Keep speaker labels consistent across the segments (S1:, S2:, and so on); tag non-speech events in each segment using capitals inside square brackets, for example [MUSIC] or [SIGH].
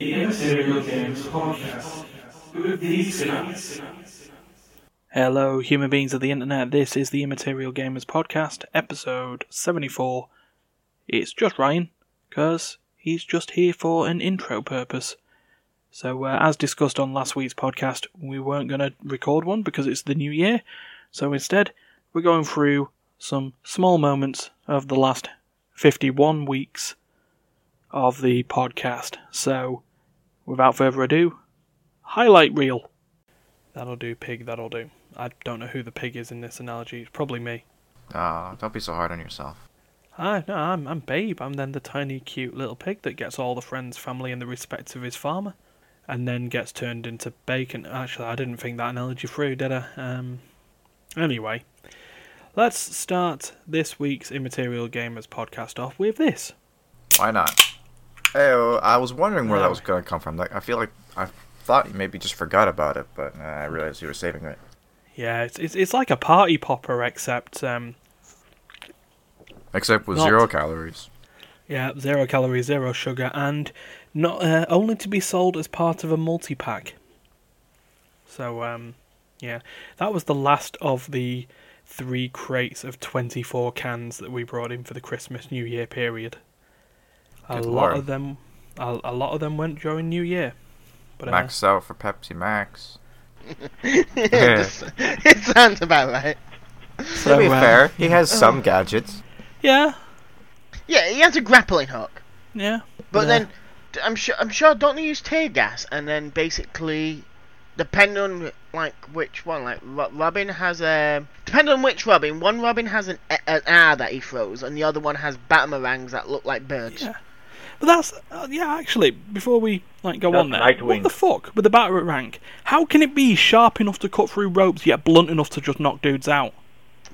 S1: Igen, serial games podcast. With these nuts.
S2: Hello, human beings of the internet. This is the Immaterial Gamers Podcast, episode 74. It's just Ryan, because he's just here for an intro purpose. So, uh, as discussed on last week's podcast, we weren't going to record one because it's the new year. So, instead, we're going through some small moments of the last 51 weeks of the podcast. So, without further ado, highlight reel. That'll do, pig, that'll do. I don't know who the pig is in this analogy. It's probably me.
S3: Ah, don't be so hard on yourself.
S2: Ah, no, I'm, I'm Babe. I'm then the tiny, cute little pig that gets all the friends, family, and the respect of his farmer, and then gets turned into bacon. Actually, I didn't think that analogy through, did I? Um, anyway, let's start this week's Immaterial Gamers podcast off with this.
S3: Why not? Hey, oh, I was wondering where
S2: No.
S3: that was going to come from. Like, I feel like I thought you maybe just forgot about it, but uh, I realized you were saving it.
S2: Yeah, it's it's, it's like a party popper, except um,
S3: Except with
S2: Not-
S3: zero calories.
S2: yeah, zero calories, zero sugar, and not uh, only to be sold as part of a multi pack. So um, yeah, that was the last of the three crates of twenty four cans that we brought in for the Christmas New Year period. A
S3: Good
S2: lot
S3: lord.
S2: of them, a, a lot of them went during New Year. But uh,
S3: Max out for Pepsi Max.
S4: it, just- it sounds about right.
S2: so,
S3: to be
S2: uh,
S3: fair, he has some gadgets.
S2: yeah,
S4: Yeah, he has a grappling hook,
S2: yeah.
S4: but
S2: Yeah.
S4: then d- I'm sure I'm sure don't they use tear gas? And then basically, depending on like which one, like Ro- Robin has a depending on which Robin, one Robin has an, a- an R that he throws, and the other one has batarangs that look like birds.
S2: Yeah. But that's uh, yeah. Actually, before we like go
S5: That's
S2: on there, what
S5: Nightwing.
S2: the fuck with the batter rank? How can it be sharp enough to cut through ropes yet blunt enough to just knock dudes out?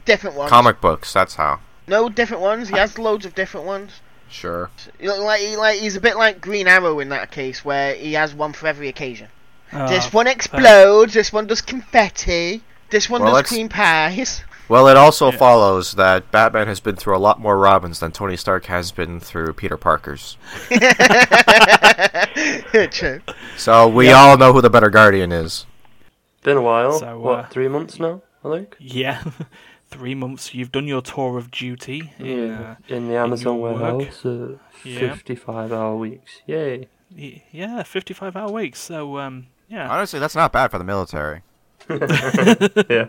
S4: Different ones.
S3: Comic books, that's how.
S4: No different ones. He has loads of different ones.
S3: Sure.
S4: He look Like, he, like he's a bit like Green Arrow in that case, where he has one for every occasion.
S2: Uh,
S4: this one explodes. This one does confetti. This one
S3: Well,
S4: does
S3: let's-
S4: cream pies. [LAUGHS]
S3: Well, it also follows that Batman has been through a lot more Robins than Tony Stark has been through Peter Parker's.
S4: True.
S3: So we all know who the better Guardian is.
S5: Been a while.
S2: So, uh,
S5: what, three months now, I think?
S2: yeah, [LAUGHS] three months. You've done your tour of duty. In, uh,
S5: In the Amazon
S2: your work.
S5: warehouse, uh,
S2: Yeah.
S5: 55 hour weeks.
S2: [LAUGHS]
S5: Yay.
S2: y- yeah, fifty-five hour weeks. So um, yeah,
S3: Honestly, that's not bad for the military.
S5: Yeah.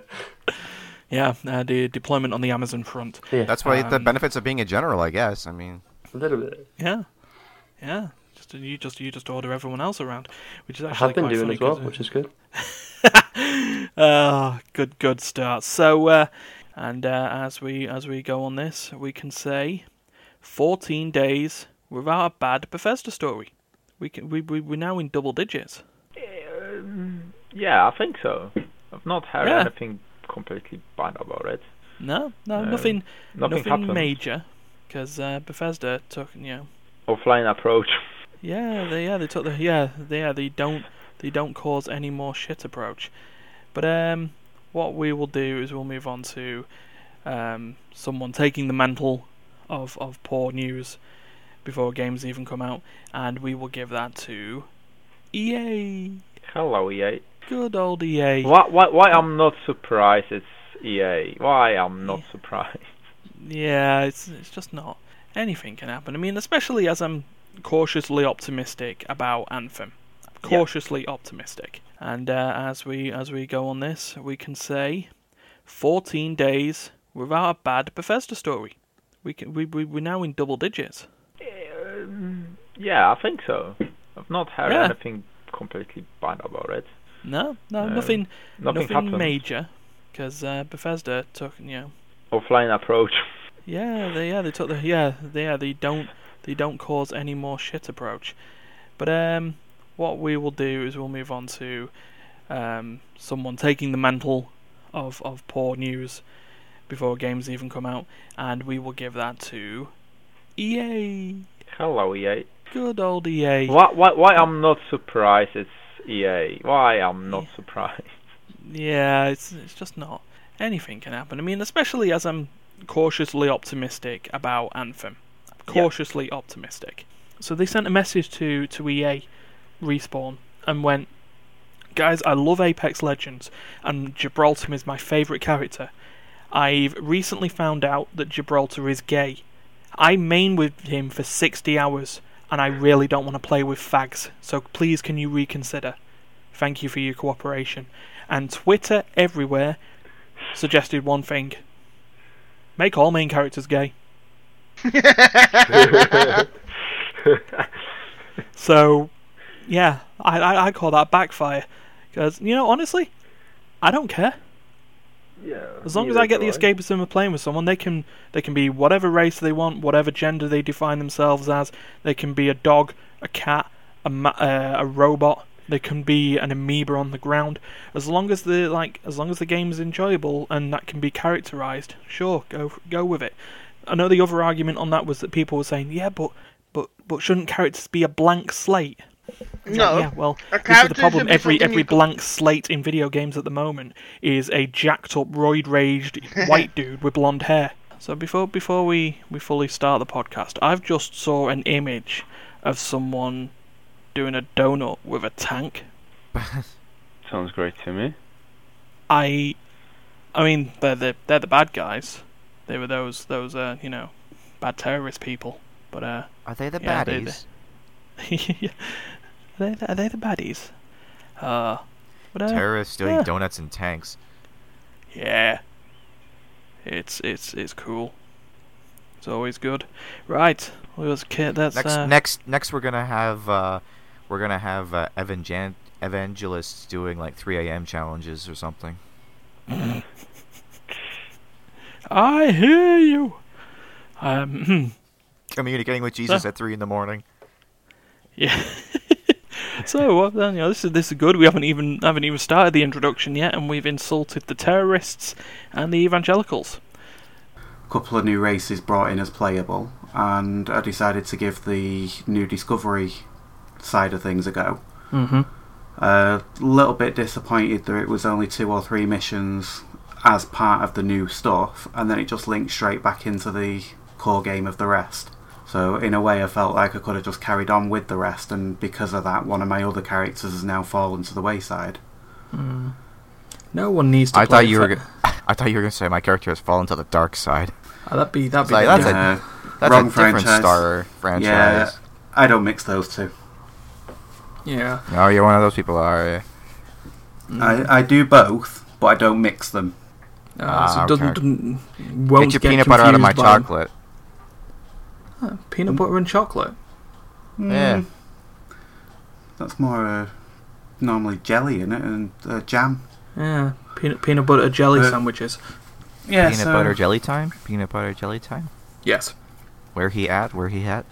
S2: yeah. Uh, the deployment on the Amazon front.
S5: yeah.
S3: That's why the
S2: Um,
S3: benefits of being a general, I guess. I mean,
S5: a little bit.
S2: Yeah, yeah. Just you just you just order everyone else around, which is
S5: I
S2: actually
S5: have been
S2: quite
S5: doing
S2: funny
S5: as well,
S2: 'cause, uh,
S5: which is good.
S2: Ah, good, good start. So, uh, and uh, as we as we go on this, we can say, fourteen days without a bad Bethesda story. We can, we we we're now in double digits.
S6: Um, Yeah, I think so. I've not heard
S2: Yeah.
S6: anything completely bad about it.
S2: No, no,
S6: No,
S2: nothing,
S6: Nothing, happened.
S2: major, because uh, Bethesda took you know,
S6: Offline approach. [LAUGHS]
S2: yeah, they yeah they took the yeah they yeah, they don't they don't cause any more shit approach. But um, what we will do is we'll move on to um, someone taking the mantle of of poor news before games even come out, and we will give that to EA.
S6: Hello, EA.
S2: Good old E EA.
S6: Why, why, why I'm not surprised it's EA. Why I'm not surprised. [LAUGHS]
S2: Yeah, it's it's just not anything can happen. I mean, especially as I'm cautiously optimistic about Anthem. Cautiously optimistic. And uh, as we as we go on this, we can say 14 days without a bad Bethesda story. We can we, we we're now in double digits.
S6: Yeah, I think so. I've not heard
S2: Yeah.
S6: anything completely bad about it.
S2: No, no,
S6: No,
S2: nothing
S6: Nothing,
S2: nothing
S6: happened.
S2: major because uh, Bethesda took you know
S6: Offline approach. [LAUGHS]
S2: Yeah, they yeah they took the yeah they yeah they don't they don't cause any more shit approach. But um, what we will do is we'll move on to um someone taking the mantle of of poor news before games even come out, and we will give that to EA.
S6: Hello, EA.
S2: Good old E EA.
S6: Why, why, why I'm not surprised it's EA. Why I'm not surprised.
S2: Yeah, it's it's just not anything can happen. I mean, especially as I'm cautiously optimistic about Anthem. Cautiously optimistic. So they sent a message to to EA Respawn and went, Guys, I love Apex Legends, and Gibraltar is my favourite character. I've recently found out that Gibraltar is gay. I main with him for 60 hours, and I really don't want to play with fags, so please can you reconsider? Thank you for your cooperation. And Twitter everywhere suggested one thing make all main characters gay. So, yeah, I, I, I call that backfire. Because, you know, honestly, I don't care.
S5: yeah.
S2: As long as I get the escapism of playing with someone, they can they can be whatever race they want, whatever gender they define themselves as. They can be a dog, a cat, a ma- uh, a robot. They can be an amoeba on the ground. As long as the like, as long as the game is enjoyable and that can be characterized, sure, go go with it. I know the other argument on that was that people were saying, yeah, but but but shouldn't characters be a blank slate?
S4: No.
S2: Yeah, well, this is the
S4: A character
S2: problem.
S4: should be
S2: Every
S4: something
S2: every
S4: you can-
S2: blank slate in video games at the moment is a jacked up, roid
S4: [LAUGHS]
S2: raged white dude with blonde hair. So before before we, we fully start the podcast, I've just saw an image of someone doing a donut with a tank.
S6: Sounds great to me.
S2: I, I mean, they're the they're the bad guys. They were those those uh you know, bad terrorist people. But uh, [LAUGHS]
S3: Are they the
S2: Yeah, they-
S3: baddies?
S2: are they the, are they the baddies? Uh, but, uh,
S3: Terrorists doing
S2: yeah.
S3: donuts in tanks.
S2: Yeah. It's it's it's cool. It's always good. Right. Well, let's ki- that's
S3: Next,
S2: uh,
S3: next, next, we're gonna have uh, we're gonna have uh, evangan- evangelists doing like 3 a.m. challenges or something.
S2: I hear you. Um [LAUGHS]
S3: Communicating with Jesus at three in the morning.
S2: yeah. [LAUGHS] so well, then, you know, this is this is good. We haven't even haven't even started the introduction yet and we've insulted the terrorists and the evangelicals.
S7: couple of new races brought in as playable, and I decided to give the new discovery side of things a go.
S2: Mhm.
S7: A little bit disappointed that it was only two or three missions as part of the new stuff, and then it just linked straight back into the core game of the rest. So in a way, I felt like I could have just carried on with the rest, and because of that, one of my other characters has now fallen to the wayside.
S8: No one needs to.
S3: I
S8: play
S3: thought you were.
S8: fa-
S3: Go- I thought you were gonna say my character has fallen to the dark side.
S8: Ah, that'd be that'd be.
S3: Like, that's
S8: good.
S3: a-
S7: Uh,
S3: That's a
S7: Wrong
S3: different
S7: franchise.
S3: star
S7: yeah,
S3: franchise.
S7: I don't mix those two.
S8: yeah.
S3: Oh, you're one of those people, are you?
S7: I, I do both, but I don't mix them.
S8: No,
S3: Ah,
S8: Uh, so it
S3: okay.
S8: doesn't, doesn't won't
S3: Get your
S8: get
S3: peanut butter out of my
S8: confused by Uh,
S3: chocolate.
S8: Peanut butter and chocolate.
S3: Yeah.
S7: That's more uh, normally jelly in it and uh, jam.
S8: Yeah, peanut peanut butter jelly
S7: Uh,
S8: sandwiches.
S7: Yeah,
S3: peanut butter
S7: [LAUGHS]
S3: jelly time. Peanut butter jelly time.
S8: Yes.
S3: Where he at? Where he at?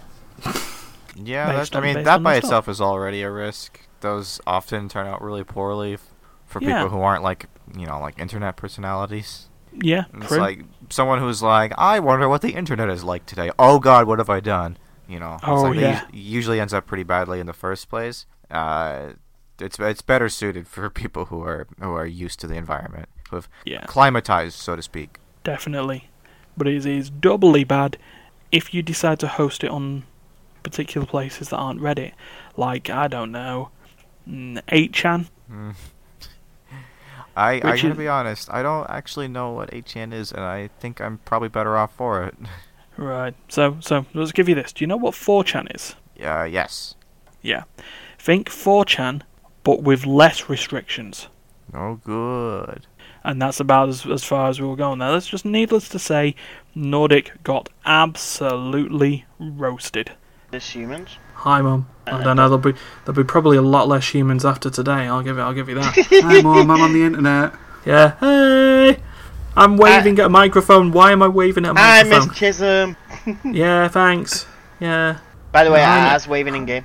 S3: Yeah,
S2: Based
S3: that, I
S2: on-
S3: mean
S2: based
S3: that
S2: on the
S3: by
S2: stuff.
S3: itself is already a risk. Those often turn out really poorly f- for
S2: Yeah.
S3: people who aren't like you know like internet personalities.
S2: Yeah,
S3: And it's
S2: true.
S3: like someone who's like, I wonder what the internet is like today. Oh God, what have I done? You know. It's
S2: Oh,
S3: like, they
S2: yeah.
S3: us- usually ends up pretty badly in the first place. Uh, it's it's better suited for [LAUGHS] people who are who are used to the environment, who have
S2: yeah.
S3: climatized, so to speak.
S2: definitely. But it is doubly bad if you decide to host it on particular places that aren't Reddit, like I don't know, mm, 8chan.
S3: I, I
S2: Which
S3: gotta
S2: is-
S3: be honest, I don't actually know what HN is, and I think I'm probably better off for it. [LAUGHS]
S2: Right. So, so let's give you this. Do you know what 4chan is?
S3: Uh, yes.
S2: Yeah. Think 4chan, but with less restrictions.
S3: No good.
S2: And that's about as, as far as we were going. Now, that's just needless to say, Nordic got absolutely roasted.
S4: As humans.
S8: Hi, mum. I don't know. There'll be there'll be probably a lot less humans after today. I'll give it. I'll give you that.
S7: Hi, mom, I'm on the internet.
S8: yeah. Hey. I'm waving at a microphone. Why am I waving at a
S4: Uh, Hi, Miss
S8: microphone?
S4: Chisholm.
S8: yeah. Thanks. Yeah.
S4: By the way,
S8: Hi,
S4: I
S8: Mi-
S4: was waving in game.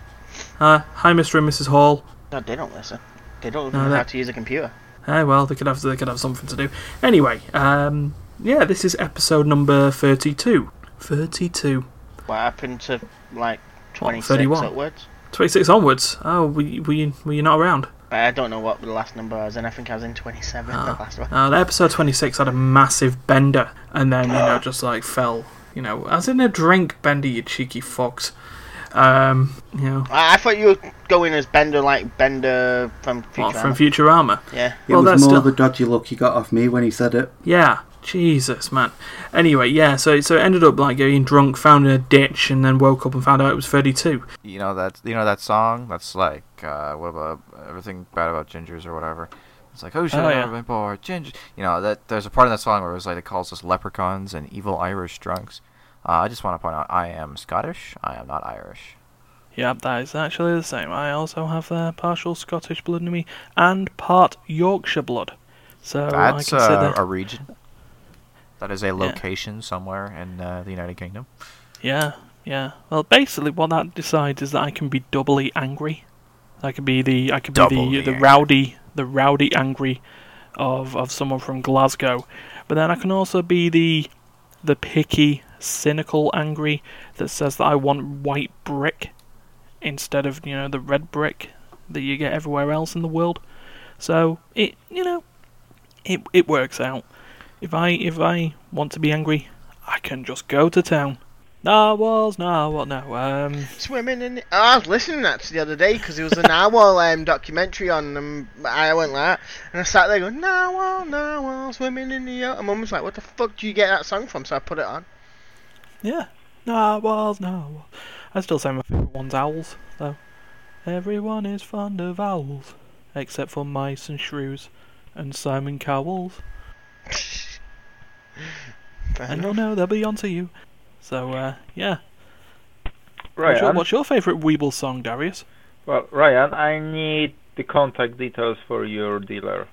S8: Uh, hi, Mr. and Mrs. Hall.
S4: No, they don't listen. They don't
S8: No,
S4: know how
S8: that-
S4: to use a computer.
S8: Eh, well, they could have they could have something to do. Anyway, um, yeah, this is episode number thirty-two. Thirty-two.
S4: What happened to like 26
S8: 31?
S4: upwards?
S8: Twenty-six onwards. Oh, were you, were you, were you not around?
S4: But I don't know what the last number was, and I think I was in 27 the last one.
S8: Uh, episode twenty-six had a massive bender, and then you know just like fell, you know, as in a drink bender, you cheeky fox. Um, you know,
S4: I, I thought you were going as Bender, like Bender from
S8: what,
S4: Futurama.
S8: Oh, from Futurama.
S4: yeah.
S7: It
S8: Well,
S7: was
S8: that's
S7: more
S8: still-
S7: the dodgy look he got off me when he said it.
S8: Yeah, Jesus, man. Anyway, yeah. So so it ended up like getting drunk, found in a ditch, and then woke up and found out it was 32.
S3: You know that you know that song. That's like uh, what about everything bad about gingers or whatever. It's like oh shit,
S2: Oh,
S3: I've
S2: yeah.
S3: never been born ginger. You know that there's a part in that song where it was like it calls us leprechauns and evil Irish drunks. Uh, I just want to point out I am Scottish. I am not Irish.
S2: Yep, that is actually the same. I also have uh, partial Scottish blood in me and part Yorkshire blood. So
S3: That's
S2: Oh, I consider
S3: uh, a region. That is a location somewhere in uh, the United Kingdom.
S2: Yeah, yeah. Well, basically, what that decides is that I can be doubly angry. I could be the I could be
S3: Doubly
S2: the the
S3: angry.
S2: rowdy the rowdy angry of of someone from Glasgow, but then I can also be the the picky, cynical angry that says that I want white brick instead of you know the red brick that you get everywhere else in the world. So it you know it it works out. If I if I want to be angry, I can just go to town. Narwhals, narwhal, no. Um,
S4: Swimming in. Oh, I was listening to that the other day because there was a narwhal um, documentary on them. I went like that, and I sat there going narwhal, narwhal, swimming in the. o-" And mum was like, "What the fuck do you get that song from?" So I put it on.
S2: yeah, narwhals, narwhals. I still say my favourite one's owls, though. Everyone is fond of owls, except for mice and shrews, and Simon Cowells.
S4: Fair
S2: And
S4: enough.
S2: no, no, they'll be on to you. So, uh, yeah. What's
S6: Ryan,
S2: your, what's your favourite Weeble song, Darius?
S6: well, Ryan, I need the contact details for your dealer.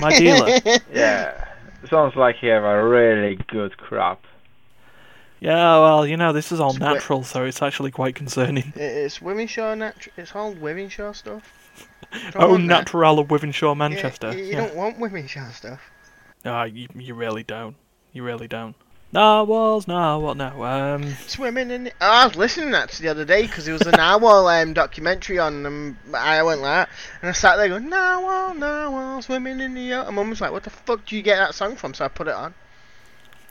S2: My
S4: [LAUGHS]
S2: dealer.
S6: Yeah, sounds like you have a really good crop.
S2: yeah, well, you know, this is all
S4: Swi-
S2: natural, so it's actually quite concerning.
S4: It- It's Wimminshaw natu- It's all Wimminshaw stuff. Don't
S2: Oh,
S4: want that.
S2: natural of Wivenshaw,
S4: Yeah,
S2: Manchester.
S4: You, you
S2: Yeah.
S4: don't want Wimminshaw stuff.
S2: No, you, you really don't. You really don't. Narwhals, narwhal, no. Um,
S4: Swimming in. The... Oh, I was listening to that the other day because there was a narwhal um, documentary on them. I went like that, and I sat there going narwhal, narwhal, swimming in the. o-" And mum was like, "What the fuck do you get that song from?" So I put it on.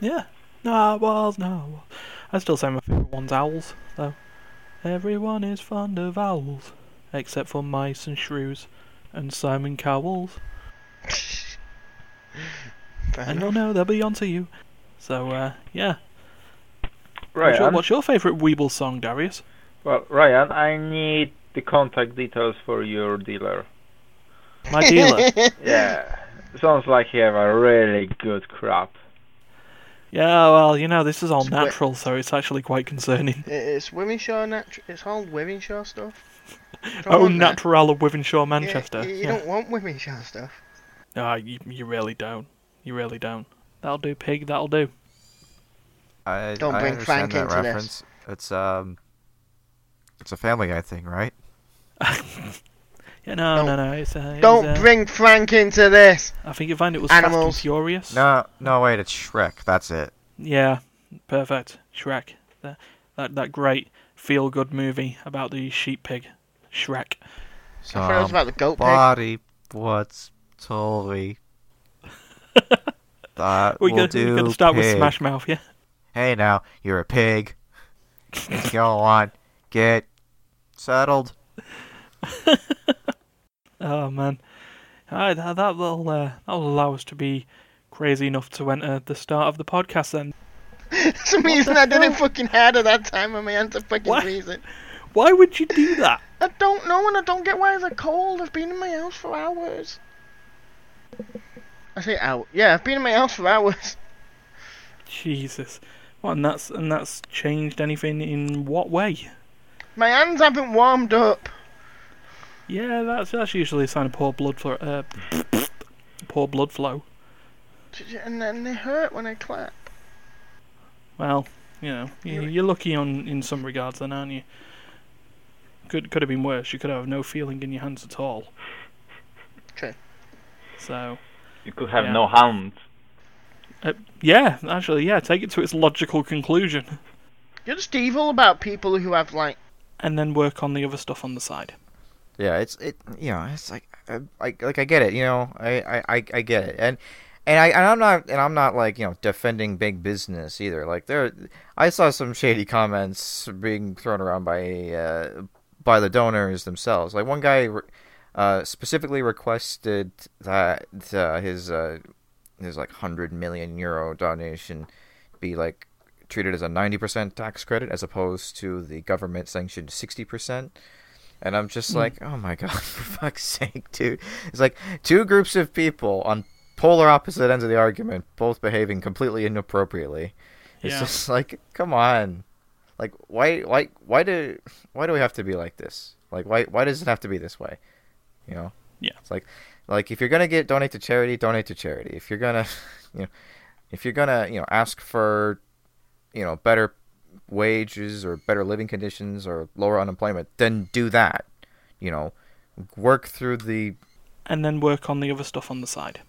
S2: yeah. Narwhals, narwhal. I still say my favourite one's owls, though. Everyone is fond of owls, except for mice and shrews, and Simon Cowells.
S4: Fair
S2: And
S4: enough.
S2: no, no, they'll be onto you. So, uh, yeah. What's your,
S6: Ryan,
S2: what's your favourite Weeble song, Darius?
S6: well, Ryan, I need the contact details for your dealer.
S2: My
S4: [LAUGHS]
S2: dealer.
S6: Yeah, sounds like you have a really good crop.
S2: yeah, well, you know, this is all
S4: Swi-
S2: natural, so it's actually quite concerning.
S4: [LAUGHS] It- It's Wimminshaw natu- It's all Wimminshaw stuff. Don't
S2: Oh,
S4: want that.
S2: natural of Wivenshaw,
S4: Yeah,
S2: Manchester.
S4: you you
S2: Yeah.
S4: don't want Wimminshaw stuff.
S2: Ah, you, you really don't. You really don't. That'll do, pig. That'll do.
S3: I
S4: Don't
S3: I
S4: bring
S3: understand
S4: Frank
S3: that
S4: into this.
S3: reference. It's um, it's a Family Guy thing, right?
S2: Yeah, no,
S4: Don't-
S2: no, no. It's, uh, it
S4: Don't
S2: was, uh,
S4: bring Frank into this.
S2: I think you find it was Fast
S4: animals.
S2: and Furious.
S3: No, no, wait, it's Shrek. That's it.
S2: Yeah, perfect. Shrek. That that, that great feel good movie about the sheep pig. Shrek.
S4: I thought it was about the goat pig.
S3: um, Body, what's told
S4: [LAUGHS]
S3: me? That
S2: We're
S3: will
S2: gonna,
S3: do.
S2: we're gonna start with
S3: pig.
S2: Smash Mouth, yeah. [LAUGHS]
S3: Hey, now you're a pig. Let's go on. Get settled.
S2: Oh man, Aye, that that will uh, that will allow us to be crazy enough to enter the start of the podcast. Then
S4: [LAUGHS] It's amazing I didn't fucking had it that time and my hands are fucking
S2: What?
S4: freezing.
S2: why would you do that?
S4: I don't know and I don't get why it's a cold. I've been in my house for hours. I say out. Yeah, I've been in my house for hours.
S2: Jesus. Well, and that's and that's changed anything in what way?
S4: My hands haven't warmed up.
S2: Yeah, that's that's usually a sign of poor blood flow. Uh, [LAUGHS] poor blood flow.
S4: And then they hurt when I clap.
S2: Well, you know, you- you're lucky on in some regards, then, aren't you? Could could have been worse. You could have no feeling in your hands at all.
S4: True.
S2: So
S6: You could have
S2: Yeah.
S6: no hand.
S2: yeah, actually, yeah, take it to its logical conclusion,
S4: You're just evil about people who have like
S2: and then work on the other stuff on the side.
S3: Yeah, it's it. You know, it's like I, I like I get it. You know, I I I, I get it, and and I and I'm not and I'm not like you know defending big business either. Like there, I saw some shady comments being thrown around by uh, by the donors themselves. Like one guy uh, specifically requested that uh, his uh, his like hundred million euro donation be like treated as a ninety percent tax credit as opposed to the government sanctioned sixty percent. And I'm
S2: Hmm.
S3: just like, oh my [LAUGHS] god, for fuck's sake, dude! It's like two groups of people on polar opposite ends of the argument, both behaving completely inappropriately. It's
S2: Yeah.
S3: just like, come on, like why, why, why do, why do we have to be like this? Like why, why does it have to be this way? You know?
S2: Yeah.
S3: It's like, like if you're gonna get donate to charity, donate to charity. If you're gonna, [LAUGHS] you know, if you're gonna, you know, ask for, you know, better wages or better living conditions or lower unemployment, then do that. You know, work through the
S2: and then work on the other stuff on the side.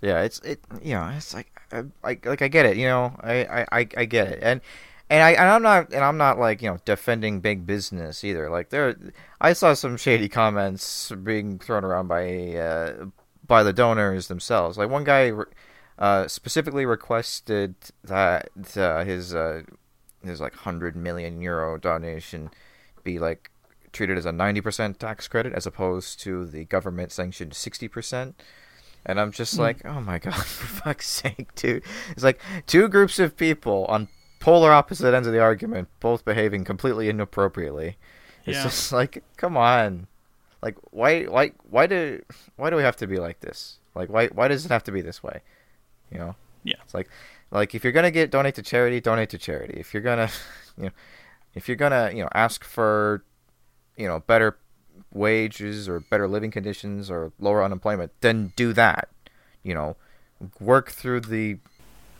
S3: yeah, it's it. You know, it's like I, I like I get it. You know, I, I, I, I get it, and and I and I'm not and I'm not like you know defending big business either. Like there, I saw some shady comments being thrown around by uh, by the donors themselves. Like one guy uh, specifically requested that uh, his uh, his like hundred million euro donation be like treated as a ninety percent tax credit as opposed to the government sanctioned sixty percent. And I'm just
S2: Hmm.
S3: like, oh my god, [LAUGHS] for fuck's sake, dude. It's like two groups of people on polar opposite ends of the argument, both behaving completely inappropriately. It's
S2: Yeah.
S3: just like, come on. Like why why why do why do we have to be like this? Like why why does it have to be this way? You know?
S2: Yeah.
S3: It's like like if you're gonna get donate to charity, donate to charity. If you're gonna [LAUGHS] you know if you're gonna, you know, ask for you know, better wages or better living conditions or lower unemployment, then do that. You know, work through the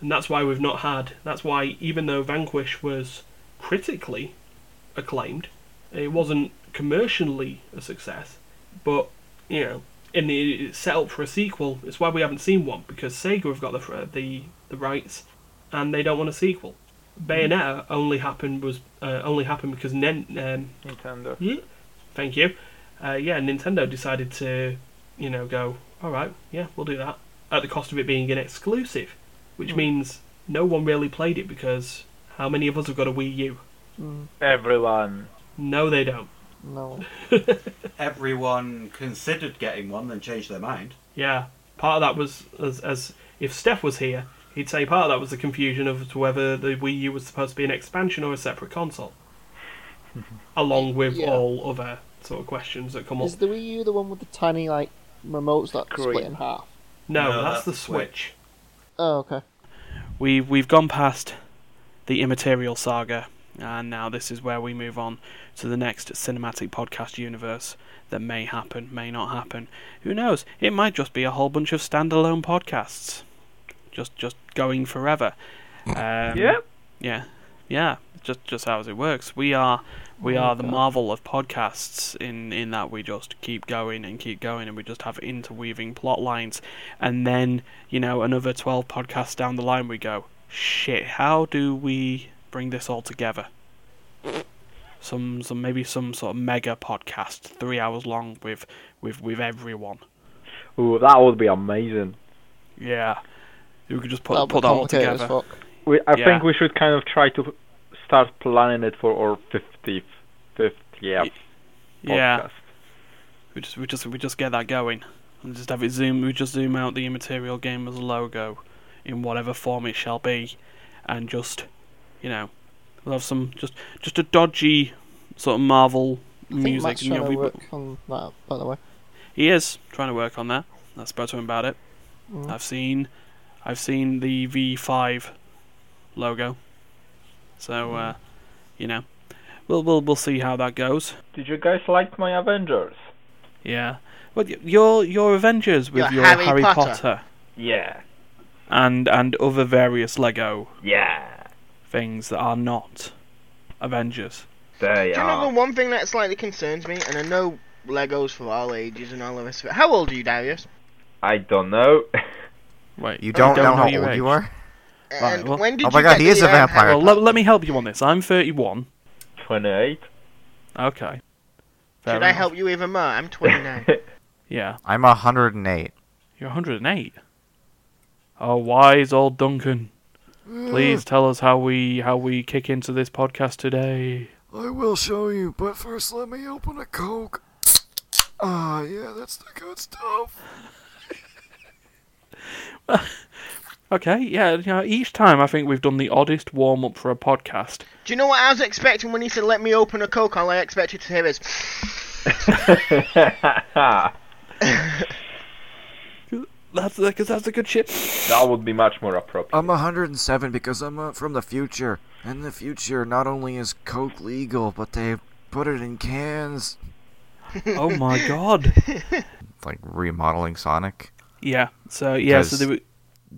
S8: And that's why we've not had. That's why, even though Vanquish was critically acclaimed, it wasn't commercially a success. But you know, in the it's set up for a sequel. It's why we haven't seen one because Sega have got the fr- the the rights, and they don't want a sequel. Bayonetta only happened was uh, only happened because Nen, um,
S6: Nintendo.
S8: thank you. Uh, yeah, Nintendo decided to, you know, go, all right, yeah, we'll do that. At the cost of it being an exclusive, which means no one really played it because how many of us have got a Wii U?
S6: Everyone.
S8: No, they don't.
S5: No.
S1: Everyone considered getting one, then changed their mind.
S8: Yeah, part of that was as, as if Steph was here, he'd say part of that was the confusion of to whether the Wii U was supposed to be an expansion or a separate console, along with
S9: Yeah.
S8: all other sort of questions that come up.
S9: Is the Wii U the one with the tiny like remotes that
S6: Great.
S9: split in half?
S8: No,
S1: No,
S8: that's,
S1: that's
S8: the
S1: the Switch.
S8: Switch.
S9: Oh, okay.
S2: We've we've gone past the immaterial saga, and now this is where we move on to the next cinematic podcast universe that may happen, may not happen. Who knows? It might just be a whole bunch of standalone podcasts, just just going forever. Um,
S6: Yeah.
S2: yeah, yeah. Just just how it works. We are
S9: Oh
S2: we are the marvel of podcasts in in that we just keep going and keep going and we just have interweaving plot lines, and then you know another twelve podcasts down the line we go shit. How do we bring this all together? Some some maybe some sort of mega podcast, three hours long with with with everyone.
S6: Ooh, that would be amazing.
S2: Yeah, we could just put
S9: That'd be
S2: put that all
S9: complicated as
S2: together.
S9: fuck.
S6: We, I
S2: Yeah.
S6: think we should kind of try to start planning it for our 50th, 50th yeah,
S2: Yeah.
S6: podcast.
S2: We just we just we just get that going. And just have it zoom we just zoom out the immaterial gamers logo in whatever form it shall be and just you know we'll have some just just a dodgy sort of Marvel
S9: I think
S2: music
S9: Matt's
S2: and, you
S9: trying
S2: know,
S9: to
S2: we-
S9: work on that, by the way.
S2: he is trying to work on that. I spoke to him about it.
S9: Mm.
S2: I've seen I've seen the V five logo. So
S9: Mm.
S2: uh you know. We'll we'll we'll see how that goes.
S6: Did you guys like my Avengers?
S2: Yeah. But y- your your Avengers with
S4: Your
S2: your,
S4: Harry Potter.
S2: Potter
S6: Yeah.
S2: and and other various Lego
S6: Yeah.
S2: things that are not Avengers.
S6: They
S4: Do you know the one thing that slightly concerns me? And I know Legos for all ages and all the rest of it. How old are you, Darius?
S6: I don't know. [LAUGHS]
S2: Wait, oh,
S3: you don't,
S2: don't
S3: know,
S2: know
S3: how
S2: your
S3: old you
S2: age.
S3: are.
S4: And
S2: well-
S4: when did
S3: Oh my
S4: you
S3: God,
S4: get
S3: he
S4: the,
S3: is a
S4: um,
S3: vampire.
S4: Harry
S2: Well, let, let me help you on this. I'm 31.
S6: 28.
S2: Okay. Fair
S4: Should I
S2: enough.
S4: help you even
S2: [LAUGHS]
S4: more? I'm 29.
S2: Yeah,
S3: I'm 108.
S2: you're 108. our wise old Duncan.
S3: Mm.
S2: Please tell us how we how we kick into this podcast today.
S10: I will show you, but first let me open a Coke. Ah, yeah, that's the good stuff.
S2: Okay, yeah, you know, each time I think we've done the oddest warm up for a podcast.
S4: Do you know what I was expecting when he said, "Let me open a coke"? All I expected to hear is,
S6: [LAUGHS] that
S2: That's because that's the good shit.
S3: [LAUGHS]
S6: would be much more appropriate.
S10: I'm 107 because I'm uh, from the future. In the future, not only is Coke legal, but they put it in cans.
S2: Oh my god.
S3: like remodeling Sonic.
S2: Yeah. So yeah. So
S3: Because-
S2: they were,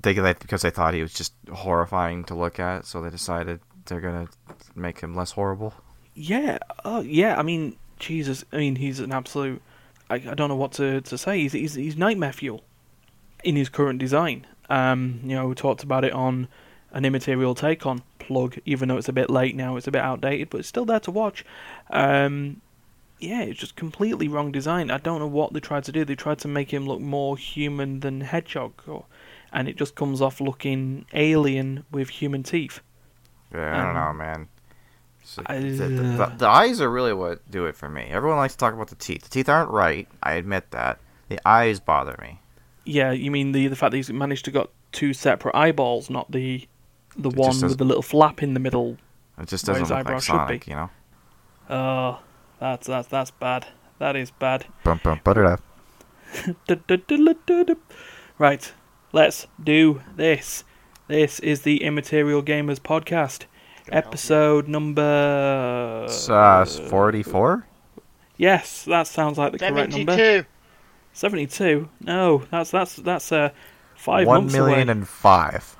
S3: They that because they thought he was just horrifying to look at, so they decided they're gonna make him less horrible.
S2: yeah. Oh yeah. I mean, Jesus. I mean, he's an absolute. I, I don't know what to, to say. He's, he's he's nightmare fuel in his current design. Um, you know, we talked about it on an immaterial take on plug. Even though it's a bit late now, it's a bit outdated, but it's still there to watch. Um, yeah, it's just completely wrong design. I don't know what they tried to do. They tried to make him look more human than hedgehog, or, and it just comes off looking alien with human teeth.
S3: Yeah, I don't know, man. It's like-
S2: Um, I- uh,
S3: the, the- the- the eyes are really what do it for me. Everyone likes to talk about the teeth. The teeth aren't right. I admit that. The eyes bother me.
S2: Yeah, you mean the the fact that he's managed to got two separate eyeballs, not the the
S3: It
S2: one
S3: just
S2: with
S3: doesn't-
S2: the little flap in the middle.
S3: It just
S2: Where
S3: doesn't
S2: his
S3: look
S2: eyebrow
S3: like
S2: should be.
S3: Sonic, you know.
S2: Oh, that's that's that's bad. That is bad.
S3: Bum bum butter up.
S2: Du-du-du-du-du-du. Right, let's do this. This is the Immaterial Gamers podcast, episode number.
S3: It's uh, forty-four.
S2: Yes, that sounds like the correct number.
S4: "72."
S2: Seventy-two. No, that's that's that's uh, five
S3: One
S2: months
S3: million
S2: away.
S3: and [LAUGHS] five.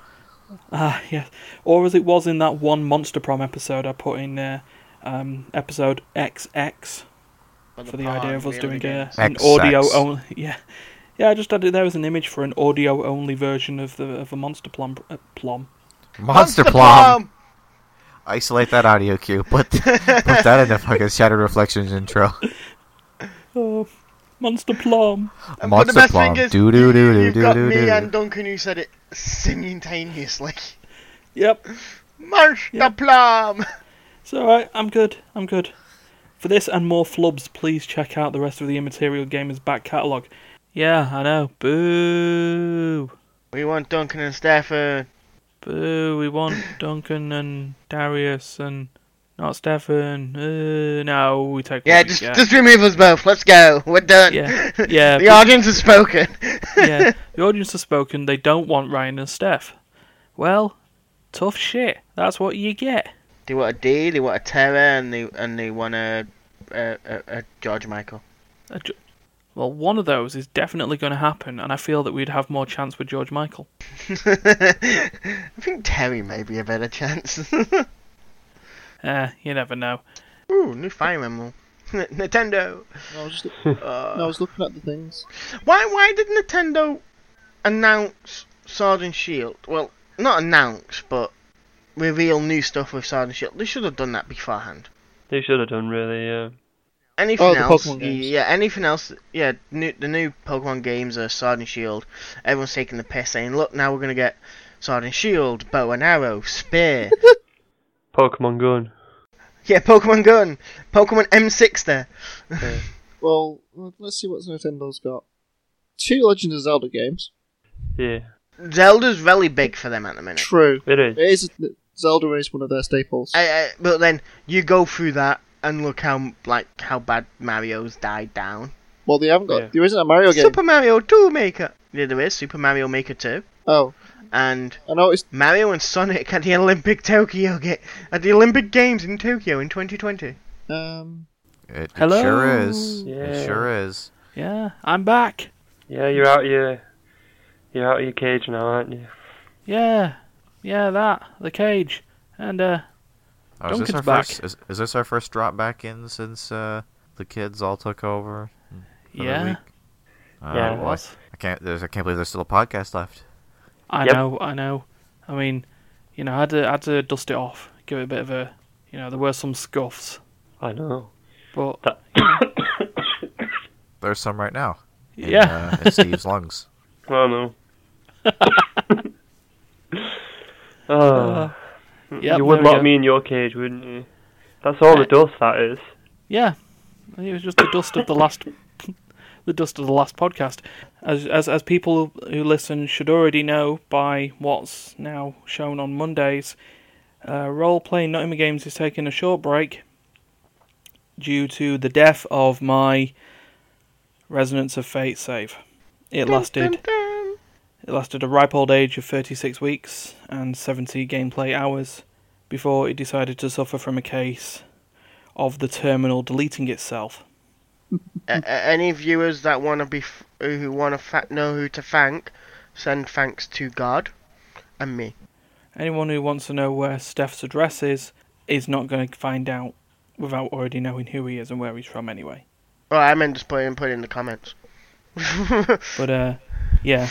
S2: Ah, yes. Or as it was in that one Monster Prom episode I put in there, um, episode XX, for the idea of us doing a, an
S3: X
S2: audio
S3: sex.
S2: only. Yeah, yeah. I just added there as an image for an audio only version of the of a Monster Plum. Uh, plum.
S3: Monster plum. Isolate that audio cue. [LAUGHS] Put put that in the fucking Shattered Reflections intro.
S2: Oh, Monster Plum.
S4: And but the
S3: Monster
S4: best thing
S3: plum.
S4: is,
S3: Do do do do
S4: You've
S3: do
S4: got
S3: do
S4: me and
S3: do.
S4: Duncan who said it simultaneously. [LAUGHS]
S2: Yep.
S4: Marsh the
S2: Yep.
S4: plum.
S2: It's all right. I'm good. I'm good. For this and more flubs, please check out the rest of the Immaterial Gamers back catalogue. Yeah, I know. Boo.
S4: We want Duncan and Stefan.
S2: Boo, we want Duncan and Darius and not Stefan. Uh, no, we take what
S4: Yeah,
S2: we
S4: just
S2: get.
S4: just remove us both. Let's go. We're done. [LAUGHS]
S2: Yeah, yeah,
S4: the
S2: but-
S4: audience has spoken.
S2: [LAUGHS]
S4: [LAUGHS]
S2: yeah. The audience has spoken. They don't want Ryan and Steph. Well, tough shit. That's what you get.
S4: They want a D. They want a Terra, and they and they want a a, a, a George Michael.
S2: A Jo- Well, one of those is definitely going to happen, and I feel that we'd have more chance with George Michael.
S4: [LAUGHS] I think Terry may be a better chance. [LAUGHS]
S2: Eh, you never know.
S4: Ooh, new Fire Emblem. [LAUGHS] Nintendo.
S9: No, I was [LAUGHS] just
S4: Uh,
S9: no, I was looking at the things.
S4: Why why did Nintendo announce Sword and Shield? Well, not announce, but reveal new stuff with Sword and Shield. They should have done that beforehand.
S5: They should have done really. uh, Yeah.
S4: Anything
S9: Oh, the
S4: else?
S9: Pokemon games.
S4: Yeah, anything else? Yeah, new, the new Pokemon games are Sword and Shield. Everyone's taking the piss, saying, "Look, now we're gonna get Sword and Shield, bow and arrow, spear."
S5: Pokemon Gun.
S4: yeah, Pokemon Gun, Pokemon M6. There.
S9: [LAUGHS]
S5: uh,
S9: [LAUGHS] Well, let's see what Nintendo's got. Two Legend of Zelda games.
S5: Yeah,
S4: Zelda's really big for them at the minute.
S9: True.
S5: it is.
S9: It is Zelda is one of their staples.
S4: I, I, but then you go through that and look how like how bad Mario's died down.
S9: Well, they haven't got.
S5: Yeah.
S9: There isn't a Mario game.
S4: Super Mario 2 Maker. Yeah, there is Super Mario Maker 2
S9: Oh,
S4: and
S9: I noticed.
S4: Mario and Sonic at the Olympic Tokyo get at the Olympic Games in Tokyo in 2020.
S9: Um,
S3: It, it
S2: Hello.
S3: sure is.
S5: Yeah.
S3: It sure is.
S2: Yeah, I'm back.
S5: Yeah, you're out of your, you're out of your cage now, aren't you?
S2: Yeah, yeah, that the cage and uh,
S3: Oh, is this
S2: Duncan's
S3: our
S2: back.
S3: first? Is, is this our first drop back in since uh, the kids all took over? for the
S2: yeah,
S3: week? Oh,
S5: Yeah, it
S3: boy.
S2: was.
S3: I can't. There's, I can't believe there's still a podcast left.
S2: I
S5: Yep.
S2: know, I know. I mean, you know, I had to, I had to dust it off, give it a bit of a, you know, there were some scuffs,
S5: I know. [COUGHS]
S2: but
S5: That.
S3: There's some right now. In,
S2: yeah,
S6: [LAUGHS]
S2: [LAUGHS]
S3: uh, in Steve's lungs.
S5: I know. Oh.
S2: Uh, yep,
S5: you would
S2: there we
S5: lock
S2: go.
S5: me in your cage, wouldn't you? That's all the dust that is.
S2: Yeah, it was just the dust of the last, the dust of the last podcast. As as as people who listen should already know by what's now shown on Mondays, uh, role playing Nottingham Games is taking a short break due to the death of my Resonance of Fate save. It lasted. It lasted a ripe old age of 36 weeks and 70 gameplay hours before it decided to suffer from a case of the terminal deleting itself.
S4: A- a- any viewers that want to be f- who want to fa- know who to thank, send thanks to God and me.
S2: Anyone who wants to know where Steph's address is is not going to find out without already knowing who he is and where he's from anyway.
S4: Oh, I meant just put in put in the comments.
S2: But uh, yeah,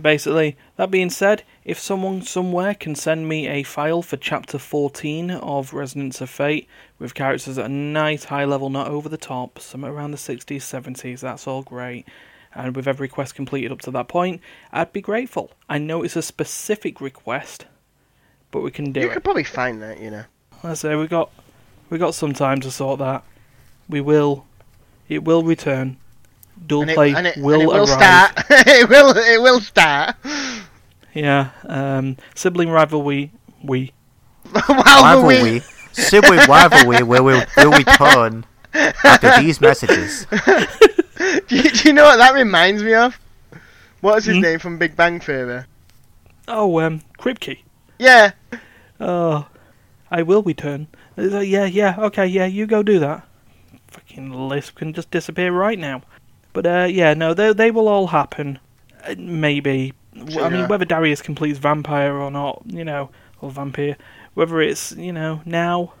S2: basically. That being said, if someone somewhere can send me a file for Chapter 14 of Resonance of Fate with characters at a nice high level, not over the top, somewhere around the 60s, 70s, that's all great. And with every quest completed up to that point, I'd be grateful. I know it's a specific request, but we can do
S4: you
S2: it.
S4: could probably find that, you know.
S2: Let's say we got we got some time to sort that. We will. It will return. Dual
S4: And it,
S2: play
S4: and it,
S2: will
S4: and it
S2: arrive.
S4: will start. [LAUGHS] it will. It will start. [LAUGHS]
S2: Yeah. Um, sibling rivalry. We.
S4: Rivalry. [LAUGHS]
S3: Rivalry.
S6: [LAUGHS]
S3: Sibling rivalry where we, will return after these
S6: [LAUGHS]
S3: messages.
S4: [LAUGHS] do, you, do you know what that reminds me of? What is his
S2: Hmm?
S4: name from Big Bang Theory?
S2: Oh, um, Kripke.
S4: Yeah.
S2: Oh, I will return. It's like, yeah, yeah. Okay, yeah. You go do that. Fucking lisp can just disappear right now. But uh, yeah, no, they they will all happen. Uh, maybe.
S4: So,
S2: I mean,
S4: yeah.
S2: whether Darius completes vampire or not, you know, or vampire, whether it's you know now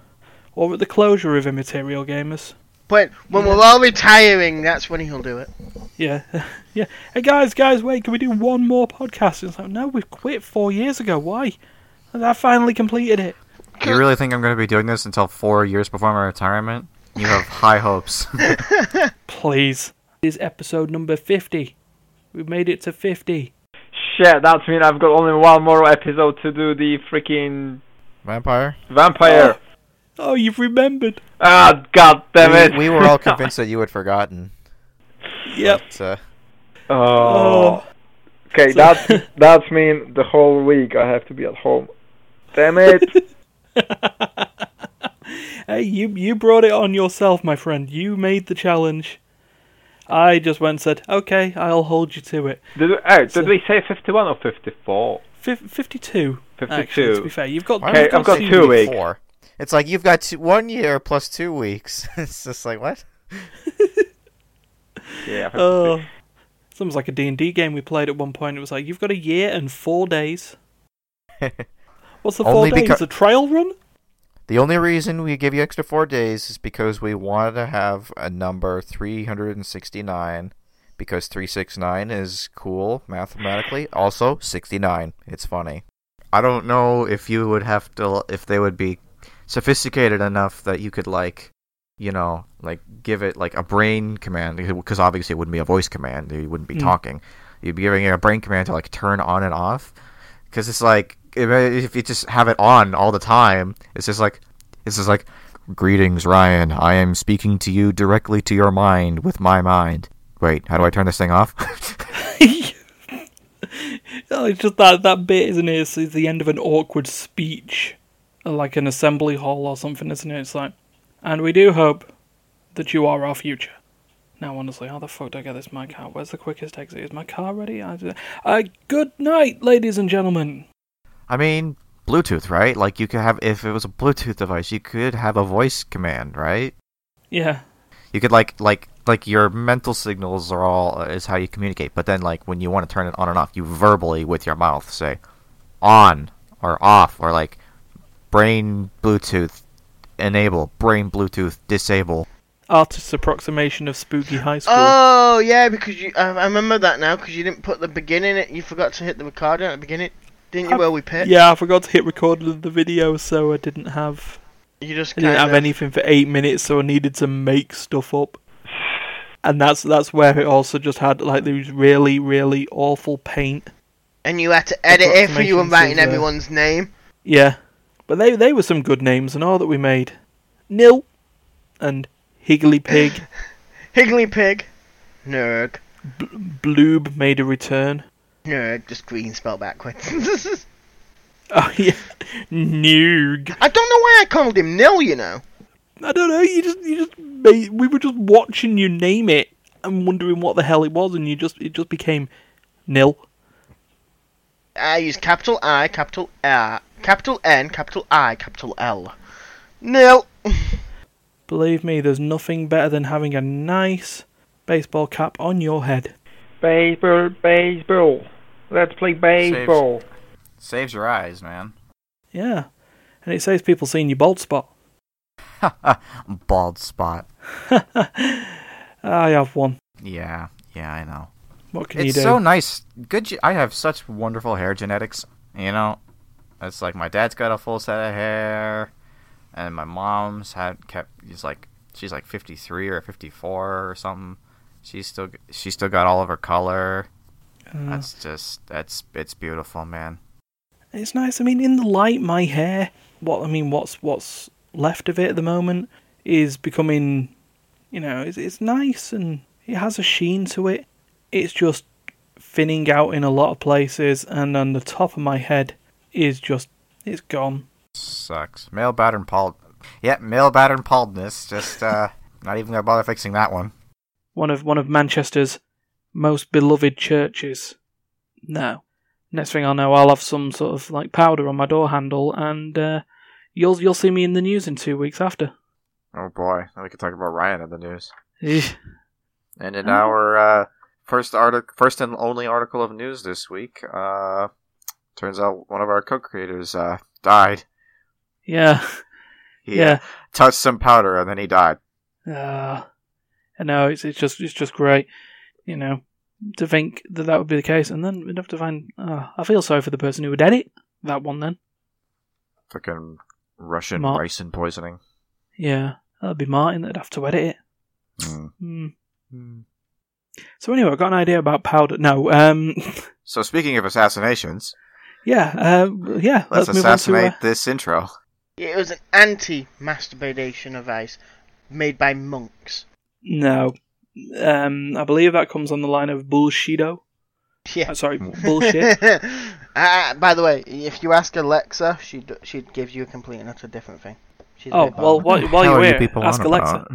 S2: or at the closure of Immaterial Gamers.
S4: When when we're all retiring, that's when he'll do it.
S2: Yeah, [LAUGHS] yeah. Hey guys, guys, wait! Can we do one more podcast? It's like, no, we quit four years ago. Why? I finally completed it.
S3: You really think I'm going to be doing this until four years before my retirement? You have high hopes. [LAUGHS]
S2: Please. This is episode number fifty. We've made it to fifty.
S6: Oh, Shit, that means I've got only one more episode to do the freaking
S3: Vampire?
S6: vampire.
S2: Oh, you've remembered.
S6: Ah, god damn it.
S3: We, we
S6: [LAUGHS]
S3: were all convinced that you had forgotten.
S2: Yep.
S3: But, uh,
S6: oh. Okay,
S2: So-
S6: that's that's mean the whole week I have to be at home. Damn it.
S2: Oh. [LAUGHS] hey, you you brought it on yourself, my friend. You made the challenge. I just went and said, okay, I'll hold you to it.
S6: Did, oh, did
S2: So-
S6: we say 51 or 54?
S2: Fif- Fifty-two. Actually, to
S6: 52.
S2: be fair, you've got.
S3: why
S6: Okay,
S2: you've
S3: don't we
S6: I've got
S3: say
S6: two weeks.
S3: Four? It's like you've got two, one year plus two weeks. [LAUGHS] it's just like, what?
S6: Yeah. 52.
S2: [LAUGHS] Oh, it's almost like a D&D game we played at one point. It was like, you've got a year and four days. What's the four
S3: Only
S2: days?
S3: because-
S2: A trail run? [LAUGHS]
S3: The only reason we give you extra four days is because we wanted to have a number 369 because 369 is cool mathematically. Also, 69. It's funny. I don't know if you would have to, if they would be sophisticated enough that you could, like, you know, like give it like a brain command because obviously it wouldn't be a voice command. You wouldn't be
S2: Hmm.
S3: talking. You'd be giving it a brain command to like turn on and off because it's like if- if you just have it on all the time, it's just like it's just like greetings, Ryan. I am speaking to you directly to your mind with my mind. Wait, how do I turn this thing off? [LAUGHS]
S2: Oh, it's just that, that bit, isn't it? It's, it's the end of an awkward speech, like an assembly hall or something, isn't it? It's like, and we do hope that you are our future. Now, honestly, how the fuck do I get this mic out? Where's the quickest exit? Is my car ready? I, uh, good night, ladies and gentlemen.
S3: I mean, Bluetooth, right? Like you could have if it was a Bluetooth device, you could have a voice command, right?
S2: Yeah.
S3: You could like like like your mental signals are all uh, is how you communicate, but then like when you want to turn it on and off, you verbally with your mouth say on or off or like brain Bluetooth enable, brain Bluetooth disable.
S2: Artist's approximation of spooky high school.
S4: Oh yeah, because you. I, I remember that now because you didn't put the beginning. It you forgot to hit the recorder at the beginning, didn't you?
S2: Uh,
S4: Where we picked.
S2: Yeah, I forgot to hit record of the video, so I didn't have
S4: You just
S2: I
S4: kind
S2: didn't
S4: of.
S2: have anything for eight minutes, so I needed to make stuff up. And that's that's where it also just had like these really really awful paint.
S4: And you had to edit it for you were
S2: Approximations of,
S4: writing
S2: uh,
S4: everyone's name.
S2: Yeah, but they they were some good names and all that we made. Nil and Higgly Pig.
S4: Higgly Pig. Nerd.
S2: B- Bloob made a return.
S4: Nerd, just green spelled [LAUGHS] backwards.
S2: Oh [LAUGHS] yeah, Noog.
S4: I don't know why I called him Nil, you know.
S2: I don't know. You just you just made, we were just watching you name it and wondering what the hell it was, and you just it just became Nil.
S4: I use capital I, capital R, capital N, capital I, capital L. Nil. [LAUGHS]
S2: Believe me, there's nothing better than having a nice baseball cap on your head.
S5: Baseball, baseball. Let's play baseball.
S3: Saves your eyes, man. [LAUGHS]
S2: Yeah, and it saves people seeing your bald spot. [LAUGHS]
S3: Bald spot.
S2: I have one.
S3: Yeah, yeah, I know.
S2: What can you
S3: It's
S2: do?
S3: so nice. Good. ge- I have such wonderful hair genetics. You know, it's like my dad's got a full set of hair, and my mom's had kept. He's like she's like 53 or 54 or something. She's still g- she's still got all of her color.
S2: Uh,
S3: That's just that's it's beautiful, man.
S2: It's nice. I mean, in the light, my hair. What I mean, what's what's left of it at the moment is becoming, you know, it's it's nice and it has a sheen to it. It's just thinning out in a lot of places, and on the top of my head is just it's gone.
S3: Sucks. Male pattern pald. Yep, male pattern baldness. Just uh, [LAUGHS] not even gonna bother fixing that one.
S2: One of one of Manchester's most beloved churches. No. Next thing I know, I'll have some sort of like powder on my door handle, and uh, you'll you'll see me in the news in two weeks after. [LAUGHS]
S3: Oh boy, now we can talk about Ryan in the news.
S2: Eesh.
S3: And in
S2: Oh.
S3: our uh, first article, first and only article of news this week, uh, turns out one of our co-creators uh, died.
S2: Yeah.
S3: He uh,
S2: yeah.
S3: touched some powder and then he died.
S2: Uh, I know it's it's just it's just great, you know, to think that that would be the case, and then we'd have to find. Uh, I feel sorry for the person who would edit that one. Then,
S3: Fucking Russian
S2: Mar-
S3: ricin poisoning.
S2: yeah, that'd be Martin that'd have to edit it.
S3: Mm.
S2: Hmm. So anyway, I got an idea about powder. No, um, [LAUGHS]
S3: So speaking of assassinations,
S2: yeah, uh, yeah.
S3: let's,
S2: Let's, move on to.
S3: assassinate
S2: Uh,
S3: this intro.
S4: It was an anti-masturbation device made by monks. [LAUGHS]
S2: no, um, I believe that comes on the line of bullshido.
S4: Yeah.
S2: Uh, [LAUGHS] sorry, bullshit.
S4: [LAUGHS] Ah, by the way, if you ask Alexa, she'd she'd give you a complete and utter different thing. She's a
S2: Oh
S4: bit
S2: well,
S4: bothered.
S3: Hmm.
S2: while, while you're here, ask Alexa.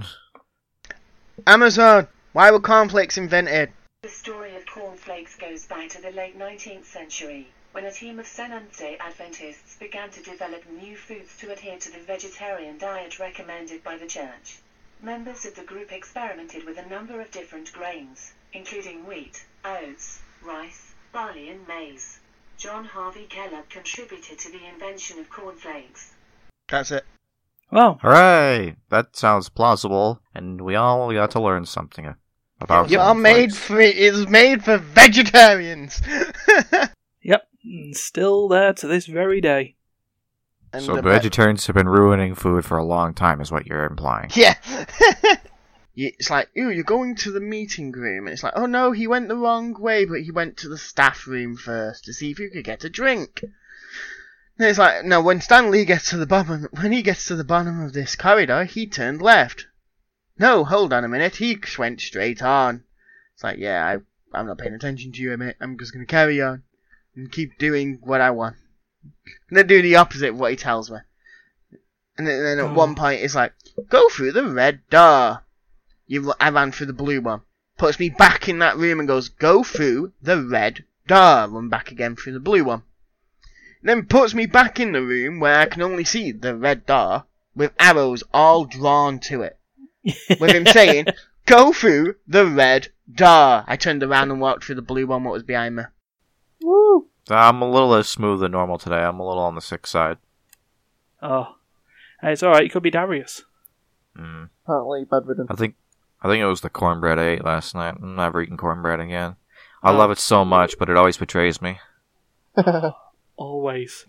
S4: Amazon. Why were cornflakes invented?
S11: The story of cornflakes goes back to the late 19th century, when a team of Seventh-day Adventists began to develop new foods to adhere to the vegetarian diet recommended by the church. Members of the group experimented with a number of different grains, including wheat, oats, rice, barley and maize. John Harvey Kellogg contributed to the invention of cornflakes.
S4: That's it.
S2: Wow.
S3: Hooray! That sounds plausible, and we all got to learn something about.
S4: You are made
S3: cornflakes.
S4: for is made for vegetarians. [LAUGHS]
S2: Yep, and still there to this very day.
S4: And uh,
S3: So
S4: the ve-
S3: vegetarians have been ruining food for a long time, is what you're implying.
S4: Yeah. [LAUGHS] You- it's like, ooh, you're going to the meeting room. And it's like, oh no, he went the wrong way, but he went to the staff room first to see if he could get a drink. And it's like, no, when Stan Lee gets to the bottom, when he gets to the bottom of this corridor, he turned left. No, hold on a minute, he went straight on. It's like, yeah, I, I'm not paying attention to you, mate. I'm just gonna carry on and keep doing what I want. I'm gonna do the opposite of what he tells me. And then, then at
S2: Oh.
S4: one point, it's like, go through the red door. You, I ran through the blue one. Puts me back in that room and goes, go through the red door. Run back again through the blue one. Then puts me back in the room where I can only see the red door with arrows all drawn to it. With him saying, go through the red door. I turned around and walked through the blue one, what was behind me.
S3: I'm a little less smooth than normal today. I'm a little on the sick side.
S2: Oh, Hey, it's all right. It could be Darius.
S3: Mm.
S9: Apparently, bedridden.
S3: I think I think it was the cornbread I ate last night. I'm never eating cornbread again. I
S2: Oh.
S3: love it so much, but it always betrays me.
S2: Always.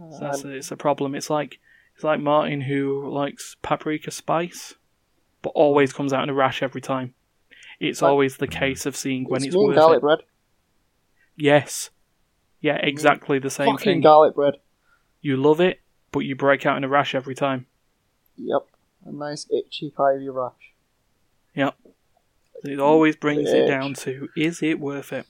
S9: Oh,
S2: So that's it's a problem. It's like it's like Martin who likes paprika spice, but always comes out in a rash every time. It's
S9: Like-
S2: always the case of seeing
S9: [LAUGHS]
S2: when it's,
S9: me and
S2: worth
S9: garlic
S2: it.
S9: bread.
S2: Yes. Yeah, exactly the same
S9: Fucking
S2: thing.
S9: garlic bread.
S2: You love it, but you break out in a rash every time.
S9: Yep. A nice itchy, hivey rash.
S2: Yep.
S9: Mm,
S2: It always brings it down to is it worth it?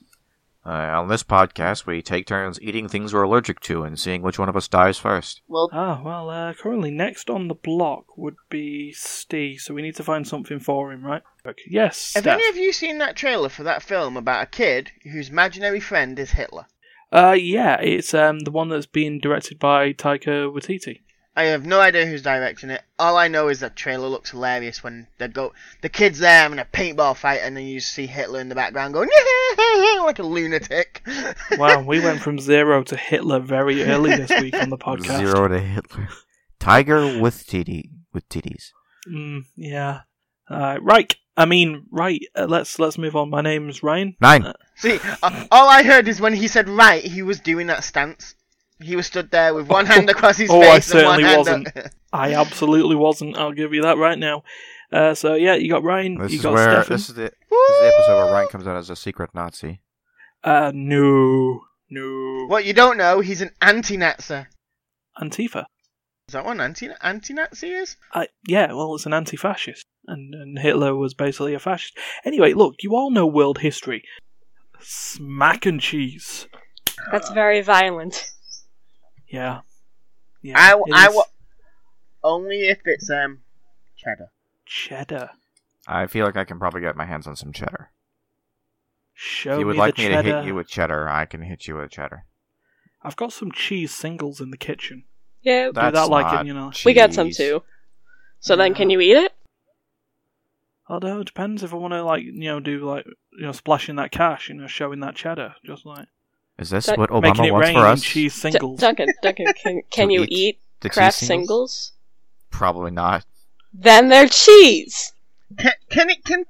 S3: Uh, on this podcast, we take turns eating things we're allergic to and seeing which one of us dies first.
S9: Well,
S2: ah, well, uh, currently next on the block would be Steve, so we need to find something for him, right? Okay. Yes.
S4: Have
S2: Steph.
S4: any of you seen that trailer for that film about a kid whose imaginary friend is Hitler?
S2: Uh, yeah, it's um the one that's being directed by Taika
S4: [LAUGHS]
S2: Waititi.
S4: I have no idea who's directing it. All I know is that trailer looks hilarious when they go, the kid's there having a paintball fight, and then you see Hitler in the background going [LAUGHS] like a lunatic.
S2: [LAUGHS] Wow, we went from zero to Hitler very early this week on the podcast.
S3: Zero to Hitler. [LAUGHS] Tiger with TD with titties.
S2: Mm, yeah. Uh, right. I mean, right. Uh, let's let's move on. My name's Ryan.
S3: Nine.
S2: Uh,
S4: [LAUGHS] See, a- all I heard is when he said right, he was doing that stance. He was stood there with one hand across his
S2: oh, I
S4: face and one
S2: certainly
S4: hand.
S2: wasn't.
S4: up- [LAUGHS]
S2: I absolutely wasn't. I'll give you that right now. Uh, so yeah, you got Ryan.
S3: This
S2: you
S3: is
S2: got
S3: where
S2: Stefan.
S3: this is, the, this is the episode where Ryan comes out as a secret Nazi.
S2: Uh, no, no.
S4: What you don't know, he's an anti-Nazi.
S2: Antifa.
S4: Is that what an anti anti-Nazi is?
S2: I, Uh, yeah, well, it's an anti-fascist, and, and Hitler was basically a fascist. Anyway, look, you all know world history. Smack and cheese.
S12: That's very violent. [LAUGHS]
S2: Yeah. Yeah.
S4: I, w-
S2: it is
S4: I w- only if it's um cheddar.
S2: cheddar.
S3: I feel like I can probably get my hands on some cheddar.
S2: Show
S3: if you would
S2: me
S3: like
S2: the
S3: me
S2: cheddar.
S3: to hit you with cheddar, I can hit you with cheddar.
S2: I've got some cheese singles in the kitchen.
S12: Yeah,
S3: That's
S2: that like it,
S3: not
S2: you know.
S12: we got some
S3: cheese.
S12: too. So then, can you eat it?
S2: Although it depends if I want to, like, you know, do like, you know, splashing that cash, you know, showing that cheddar, just like
S3: Is this
S12: Don't-
S3: what
S2: making
S3: Obama
S2: it
S3: Oh, wants
S2: rain
S3: for
S2: in
S3: us?
S2: cheese
S12: D-
S2: singles.
S12: Duncan, Duncan,
S9: [LAUGHS]
S12: can, can
S3: To
S12: you
S3: eat
S12: eat,
S3: the cheese
S12: craft
S3: singles?
S12: singles?
S3: Probably not.
S12: Then they're cheese.
S4: Can, can it can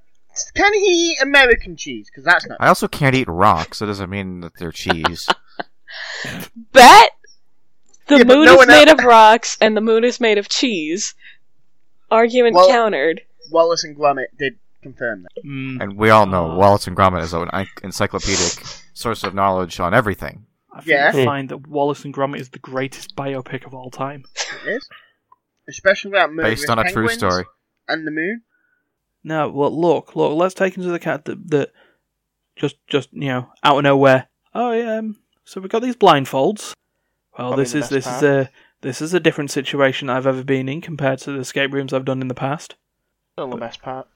S4: can he eat American cheese? Because that's not.
S3: I also can't eat rocks. That doesn't mean that they're
S12: [LAUGHS]
S3: cheese.
S12: Bet the
S4: Yeah, but
S12: moon
S4: no
S12: is
S4: one
S12: made
S4: else-
S12: of rocks and the moon is made of cheese. Argument
S4: Well-
S12: countered.
S4: Wallace and Gromit did confirm that.
S2: Mm,
S3: and we all know Wallace and Gromit is an en- encyclopedic source of knowledge on everything.
S2: I think
S4: Yeah.
S2: I find that Wallace and Gromit is the greatest biopic of all time.
S4: It is, especially about murderous
S3: Based on a true
S4: penguins
S3: story.
S4: and the moon.
S2: No, well, look, look. Let's take into account that, that just, just you know, out of nowhere. Oh, yeah. Um, so we've got these blindfolds. Well,
S1: Probably
S2: this
S1: the
S2: is
S1: best
S2: this
S1: part.
S2: is a this is a different situation I've ever been in compared to the escape rooms I've done in the past.
S4: Still the best part.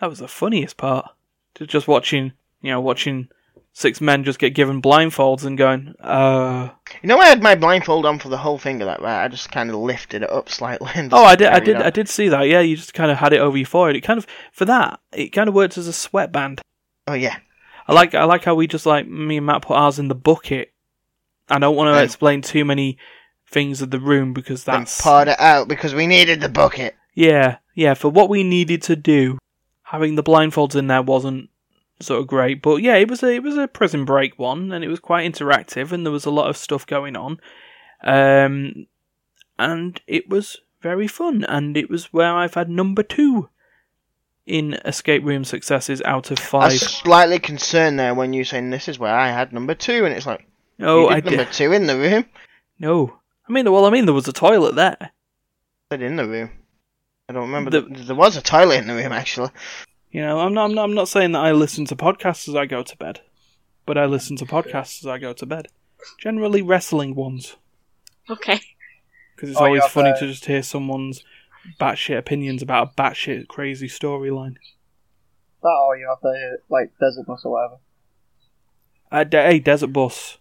S2: That was the funniest part. Ju- Just watching, you know, watching six men just get given blindfolds and going, uh.
S4: You know, I had my blindfold on for the whole thing of that, right? I just kind of lifted it up slightly. And
S2: Oh, I did, I
S4: carried
S2: did,
S4: on.
S2: I did see that. Yeah, you just kind of had it over your forehead. It kind of, for that, it kind of worked as a sweatband.
S4: Oh yeah.
S2: I like I like how we just like me and Matt put ours in the bucket. I don't want to
S4: Right.
S2: explain too many things of the room because
S4: Then
S2: that's
S4: poured it out because we needed the bucket.
S2: yeah yeah for what we needed to do. Having the blindfolds in there wasn't sort of great, but yeah, it was a it was a prison break one, and it was quite interactive, and there was a lot of stuff going on, um, and it was very fun, and it was where I've had number two in escape room successes out of
S4: I
S2: five.
S4: was slightly concerned there when you saying this is where I had number two, and it's like
S2: oh,
S4: you did
S2: I
S4: number
S2: did.
S4: two in the room.
S2: No. I mean, well, I mean, there was a toilet there.
S4: Said in the room. I don't remember.
S2: The-
S4: th- there was a toilet in the room actually.
S2: You know, I'm not, I'm not, I'm not saying that I listen to podcasts as I go to bed, but I listen to podcasts as I go to bed. Generally, wrestling ones,
S12: Okay.
S2: because it's
S5: Oh, you
S2: always
S5: have,
S2: funny
S5: uh,
S2: to just hear someone's batshit opinions about a batshit crazy storyline.
S9: That or you have the, like, desert bus or whatever.
S2: Uh, de- hey, Desert Bus.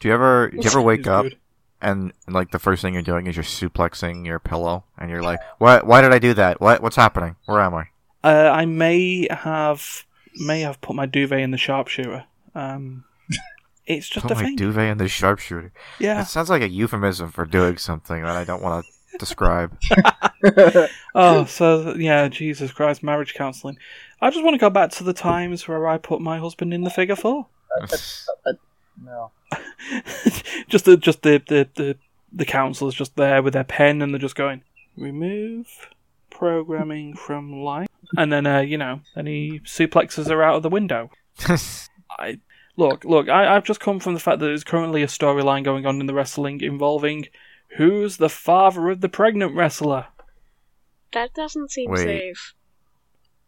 S3: Do you ever do you ever wake
S2: It's
S3: up
S2: good.
S3: and, and like the first thing you're doing is you're suplexing your pillow and you're like, What why did I do that? What what's happening? Where am I?
S2: Uh, I may have may have put my duvet in the sharpshooter. Um, it's just
S3: Put
S2: a
S3: my
S2: thing.
S3: duvet in the sharpshooter.
S2: Yeah.
S3: It sounds like a euphemism for doing something that I don't
S2: [LAUGHS]
S3: want to describe.
S2: Oh, so yeah, Jesus Christ, marriage counselling. I just want to go back to the times where I put my husband in the figure four. [LAUGHS]
S9: No.
S2: just the just the the the, the council's just there with their pen and they're just going remove programming from life, and then uh, you know, then he suplexes her out of the window. I Look, look, I, I've just come from the fact that there's currently a storyline going on in the wrestling involving who's the father of the pregnant wrestler?
S12: That doesn't seem
S3: Wait.
S12: safe.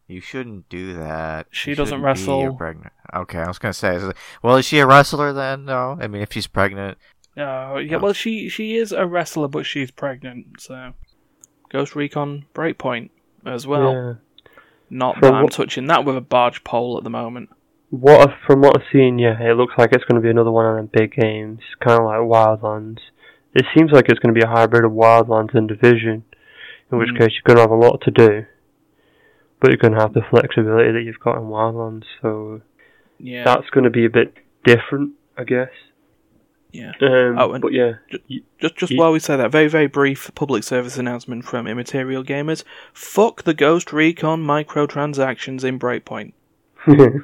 S3: You shouldn't do that.
S2: She
S3: You
S2: doesn't
S3: shouldn't be
S2: wrestle.
S3: a Pregnant. Okay, I was gonna say, is it- well, is she a wrestler then? No, I mean, if she's pregnant,
S2: Oh, yeah, well, she, she is a wrestler, but she's pregnant, so. Ghost Recon Breakpoint as well.
S5: Yeah.
S2: Not
S5: So
S2: that I'm
S5: what-
S2: touching that with a barge pole at the moment.
S5: What I've, from what I've seen, yeah, it looks like it's going to be another one of them big games, kind of like Wildlands. It seems like it's going to be a hybrid of Wildlands and Division, in which
S2: Mm.
S5: case you're going to have a lot to do, but you're going to have the flexibility that you've got in Wildlands. So
S2: Yeah.
S5: that's going to be a bit different, I guess.
S2: Yeah.
S5: Um,
S2: Oh, and
S5: but
S2: [LAUGHS]
S5: yeah,
S2: Just, just while we say that, very, very brief public service announcement from Immaterial Gamers. Fuck the Ghost Recon microtransactions in Breakpoint.
S5: yeah,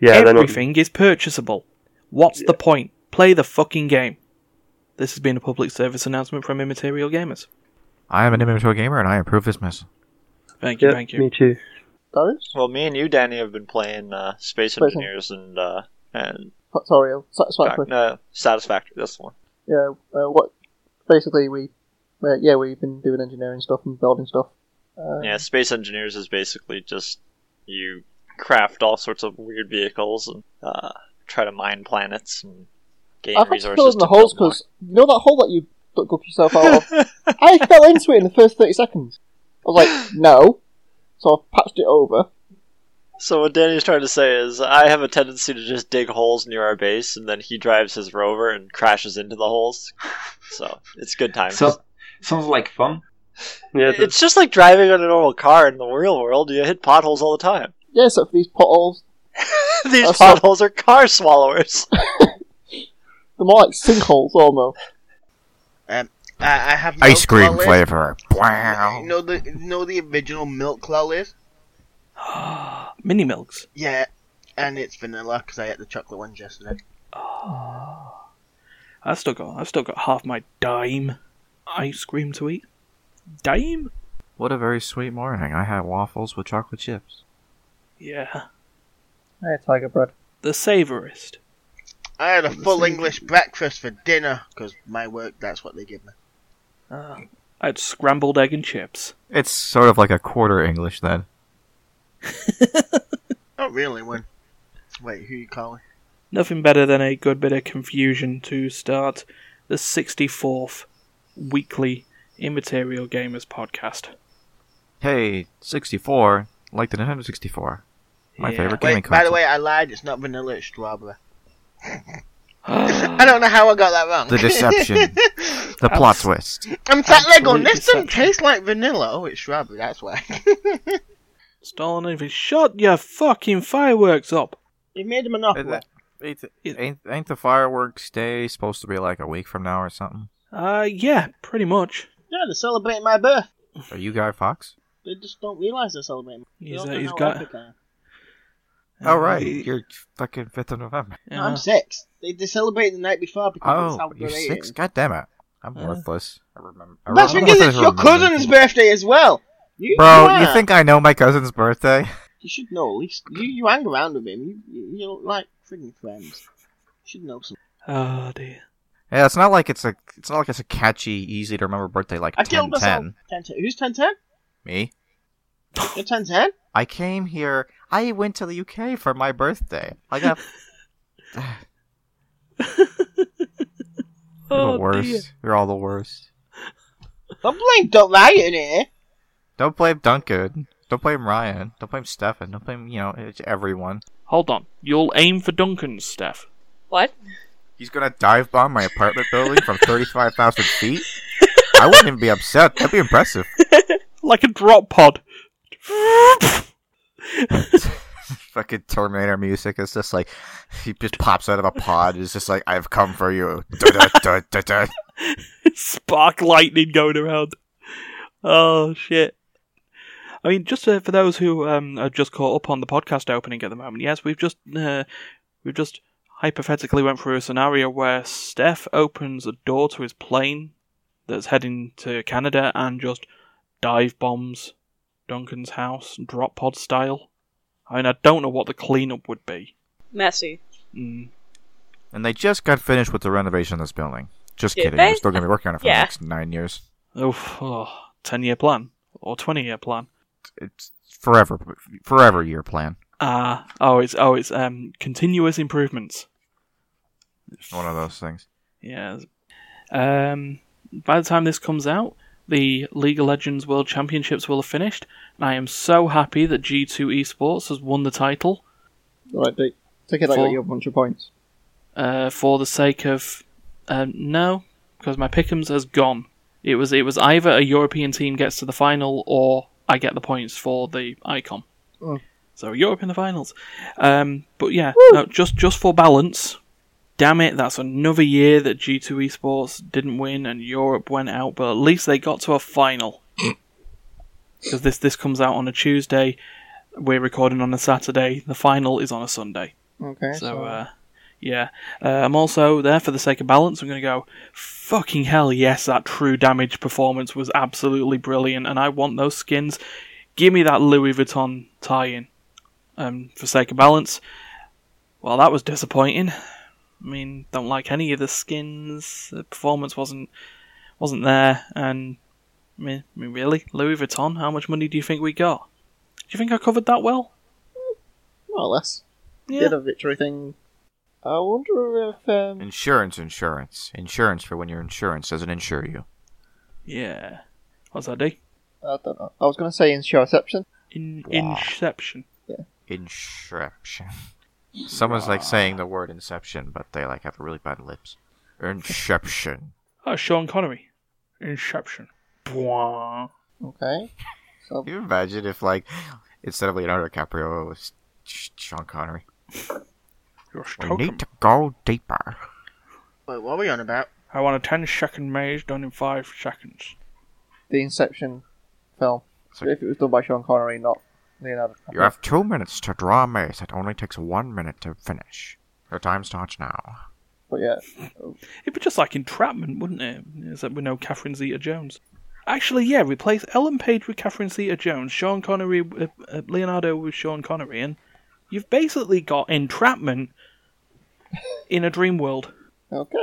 S5: they're not,
S2: Everything is purchasable. What's the point? Play the fucking game. This has been a public service announcement from Immaterial Gamers.
S3: I am an immature gamer and I approve this mess.
S2: Thank you, thank you.
S5: Me too.
S13: Well, me and you, Danny, have been playing uh, Space
S9: Space uh,
S13: Engineers and uh, and
S9: Factorial. Satisfactory.
S13: no, Satisfactory. That's the one.
S9: Yeah, uh, what basically we, uh, yeah, we've been doing engineering stuff and building stuff. Uh,
S13: yeah, Space Engineers is basically just you craft all sorts of weird vehicles and uh, try to mine planets and gain
S9: I had to fill
S13: resources.
S9: in the
S13: To
S9: holes because you know that hole that you dug yourself out
S13: [LAUGHS]
S9: of. I fell into it in the first thirty seconds. I was
S13: [LAUGHS]
S9: like, no, so I patched it over.
S13: so what Danny's trying to say is, I have a tendency to just dig holes near our base, and then he drives his rover and crashes into the holes. [LAUGHS] so it's good times.
S1: So, sounds like fun.
S5: Yeah,
S13: it's just like driving on a normal car in the real world. You hit potholes all the time.
S9: Yeah, except for these potholes.
S13: [LAUGHS] These
S9: That's not-
S13: potholes are car swallowers.
S9: They're more like sinkholes almost.
S4: Um, I, I have
S3: Ice
S4: milk
S3: cream
S4: lollies.
S3: flavor. Wow.
S4: You know the you know the original milk lollies.
S2: Mini milks.
S4: Yeah, and it's vanilla because I ate the chocolate ones yesterday.
S2: I've still got I've still got half my dime ice cream to eat. Dime?
S3: What a very sweet morning. I had waffles with chocolate chips.
S2: Yeah.
S9: Hey, tiger bread.
S2: The savourist.
S4: I had a full English breakfast for dinner because my work. That's what they give me.
S2: Ah. I had scrambled egg and chips.
S3: It's sort of like a quarter English then.
S4: Not really. When wait, who you calling?
S2: Nothing better than a good bit of confusion to start the 64th weekly Immaterial Gamers podcast.
S3: Hey, 64, like the Nintendo 64. My
S2: Yeah.
S3: favorite gaming
S4: Wait, by the
S3: console.
S4: way, I lied. It's not vanilla. It's strawberry.
S2: [GASPS]
S4: I don't know how I got that wrong.
S3: The deception. the plot twist.
S4: [LAUGHS] I'm sat there going,
S2: Absolute
S4: this doesn't
S2: deception.
S4: taste like vanilla. Oh, it's strawberry. That's why. [LAUGHS]
S2: Stalin, if you shut your fucking fireworks up.
S4: you made a monopoly.
S3: that- Ain't, ain't the fireworks day supposed to be like a week from now or something?
S2: Uh, yeah, pretty much.
S4: Yeah, they're celebrating my birth.
S3: Are you Guy Fox?
S4: They just don't realise they're celebrating. They
S2: He's,
S4: don't
S2: uh,
S4: know
S2: he's
S4: how
S2: got- Uh,
S4: epic I am.
S3: Oh, right.
S2: he-
S3: You're fucking 5th of November.
S4: No, I'm six. They, they celebrate the night before because that's how
S3: Oh,
S4: good
S3: you're
S4: I am.
S3: 6? God damn it. I'm
S2: Yeah.
S3: worthless. I remember. I
S4: That's
S3: remember
S4: because
S3: that
S4: it's
S3: I
S4: your
S3: remember.
S4: cousin's birthday as well. You,
S3: Bro, you
S4: are-
S3: think I know my cousin's birthday?
S4: you should know at least. You you hang around with him. You you, you look like friggin' friends. You should know some.
S2: Oh, dear.
S3: Yeah, it's not like it's a it's not like it's a catchy, easy to remember birthday like
S4: I killed
S3: ten
S4: myself.
S3: ten.
S4: Ten ten. Who's ten ten?
S3: Me,
S4: You're ten ten.
S3: I came here. I went to the UK for my birthday. I
S4: [LAUGHS]
S3: got
S2: Oh,
S3: the worst.
S2: dear.
S3: You're all the worst.
S4: Don't blame Don't lie in here.
S3: Don't blame Duncan. Don't blame Ryan. Don't blame Stefan. Don't blame you know it's everyone.
S2: Hold on. You'll aim for Duncan's, Steph.
S12: What?
S3: He's gonna dive bomb my apartment building from thirty five thousand feet. I wouldn't even be upset. That'd be impressive.
S2: Like a drop pod. [LAUGHS]
S3: Fucking Terminator music. It's just like he just pops out of a pod. It's just like I've come for you. Da-da-da-da-da.
S2: spark lightning going around. Oh shit! I mean, just uh, for those who um, are just caught up on the podcast opening at the moment, yes, we've just uh, we've just hypothetically went through a scenario where Steph opens a door to his plane that's heading to Canada and just dive bombs Duncan's house, drop pod style. I mean, I don't know what the cleanup would be.
S12: Messy.
S2: Mm.
S3: And they just got finished with the renovation of this building. Just
S2: Did
S3: kidding.
S2: they?
S3: They're still going to be working on it for
S2: Yeah.
S3: the next nine years.
S2: Oof, oh, 10 year plan or 20 year plan.
S3: It's forever, forever year plan.
S2: Ah, oh, it's oh, it's um continuous improvements.
S3: One of those things.
S2: Yeah. Um, by the time this comes out, the League of Legends World Championships will have finished, and I am so happy that G2 Esports has won the title.
S9: Right, Dick. Take it like
S2: Four.
S9: you have a bunch of points.
S2: uh, for the sake of um, no, because my pickums has gone. It was it was either a European team gets to the final or I get the points for the icon.
S9: Oh.
S2: So Europe in the finals. Um, but yeah, no, just just for balance. Damn it, that's another year that G2 Esports didn't win and Europe went out, but at least they got to a final. Because this this comes out on a Tuesday, we're recording on a Saturday. The final is on a Sunday.
S9: Okay,
S2: So,
S9: so-
S2: Uh, yeah, uh, I'm also there for the sake of balance. I'm going to go. Fucking hell, yes, that true damage performance was absolutely brilliant, and I want those skins. Give me that Louis Vuitton tie-in, um, for sake of balance. Well, that was disappointing. I mean, don't like any of the skins. The performance wasn't wasn't there, and I mean, I mean, really, Louis Vuitton. How much money do you think we got? Do you think I covered that well?
S9: More or less.
S2: Yeah.
S9: Did a victory thing. I wonder if um,
S3: Insurance, insurance, insurance for when your insurance doesn't insure you.
S2: Yeah. What's that, D?
S9: I don't know. I was going to say insurception.
S2: In
S3: Wow.
S2: Inception.
S9: Yeah.
S3: Inception. Someone's like saying the word inception, but they like have really bad lips. Inception.
S2: Oh, Sean Connery. Inception. Bwah.
S9: Okay. So
S3: Can you imagine if like instead of Leonardo DiCaprio, it was Sh- Sean Connery? We need to go deeper.
S4: Wait, what are we on about?
S2: I want a 10 second maze done in 5 seconds.
S9: the Inception film. if it was done by Sean Connery, not Leonardo. DiCaprio.
S3: You have two minutes to draw a maze that only takes one minute to finish. Your time starts now.
S9: But yeah,
S2: It'd be just like Entrapment, wouldn't it? Except we know Catherine Zeta Jones. Actually, yeah, replace Ellen Page with Catherine Zeta Jones, Sean Connery, uh, uh, Leonardo with Sean Connery, and you've basically got Entrapment in a dream world.
S9: Okay.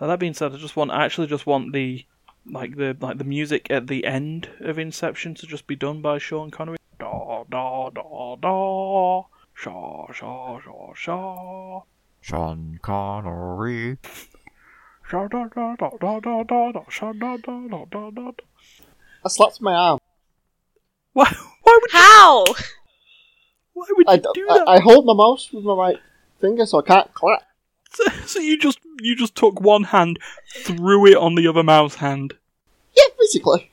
S2: Now, that being said, I just want, I actually just want the. Like the like the music at the end of Inception to just be done by Sean Connery. Da da da da. Shaw shaw shaw shaw.
S3: Sean Connery.
S2: Da, da, da, da, da, da, da, da, sha, da, da, da, da, da.
S9: I slapped my arm.
S2: Why?
S9: Why
S12: would? How?
S2: Why would
S9: I, you do that? I, hold my mouse with my right finger, so I can't clap.
S2: So, so you just you just took one hand, threw it on the other mouse hand.
S9: Yeah, basically.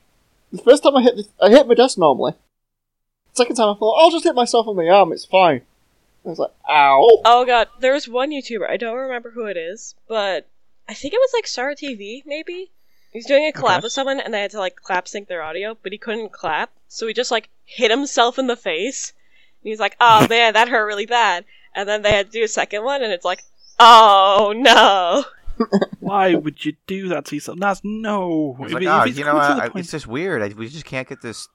S9: The first time I hit, the, I hit my desk normally. Second time I thought, I'll just hit myself on the arm. It's fine. I was like, ow.
S12: Oh god, there was one YouTuber, I don't remember who it is, but I think it was like Star TV, maybe? He was doing a collab
S14: Okay.
S12: with someone and they had to like clap sync their audio, but he couldn't clap, so he just like hit himself in the face. And he's like,
S9: Hmm.
S12: oh man, that hurt really bad. And then they had to do a second one and it's like, oh no.
S2: Why would you do that to yourself? That's no.
S3: I was
S2: If
S3: like,
S2: it- if
S3: "Ah,
S2: it's
S3: you know,
S2: come to the
S3: I, I-
S2: point-
S3: it's just weird. I, we just can't get this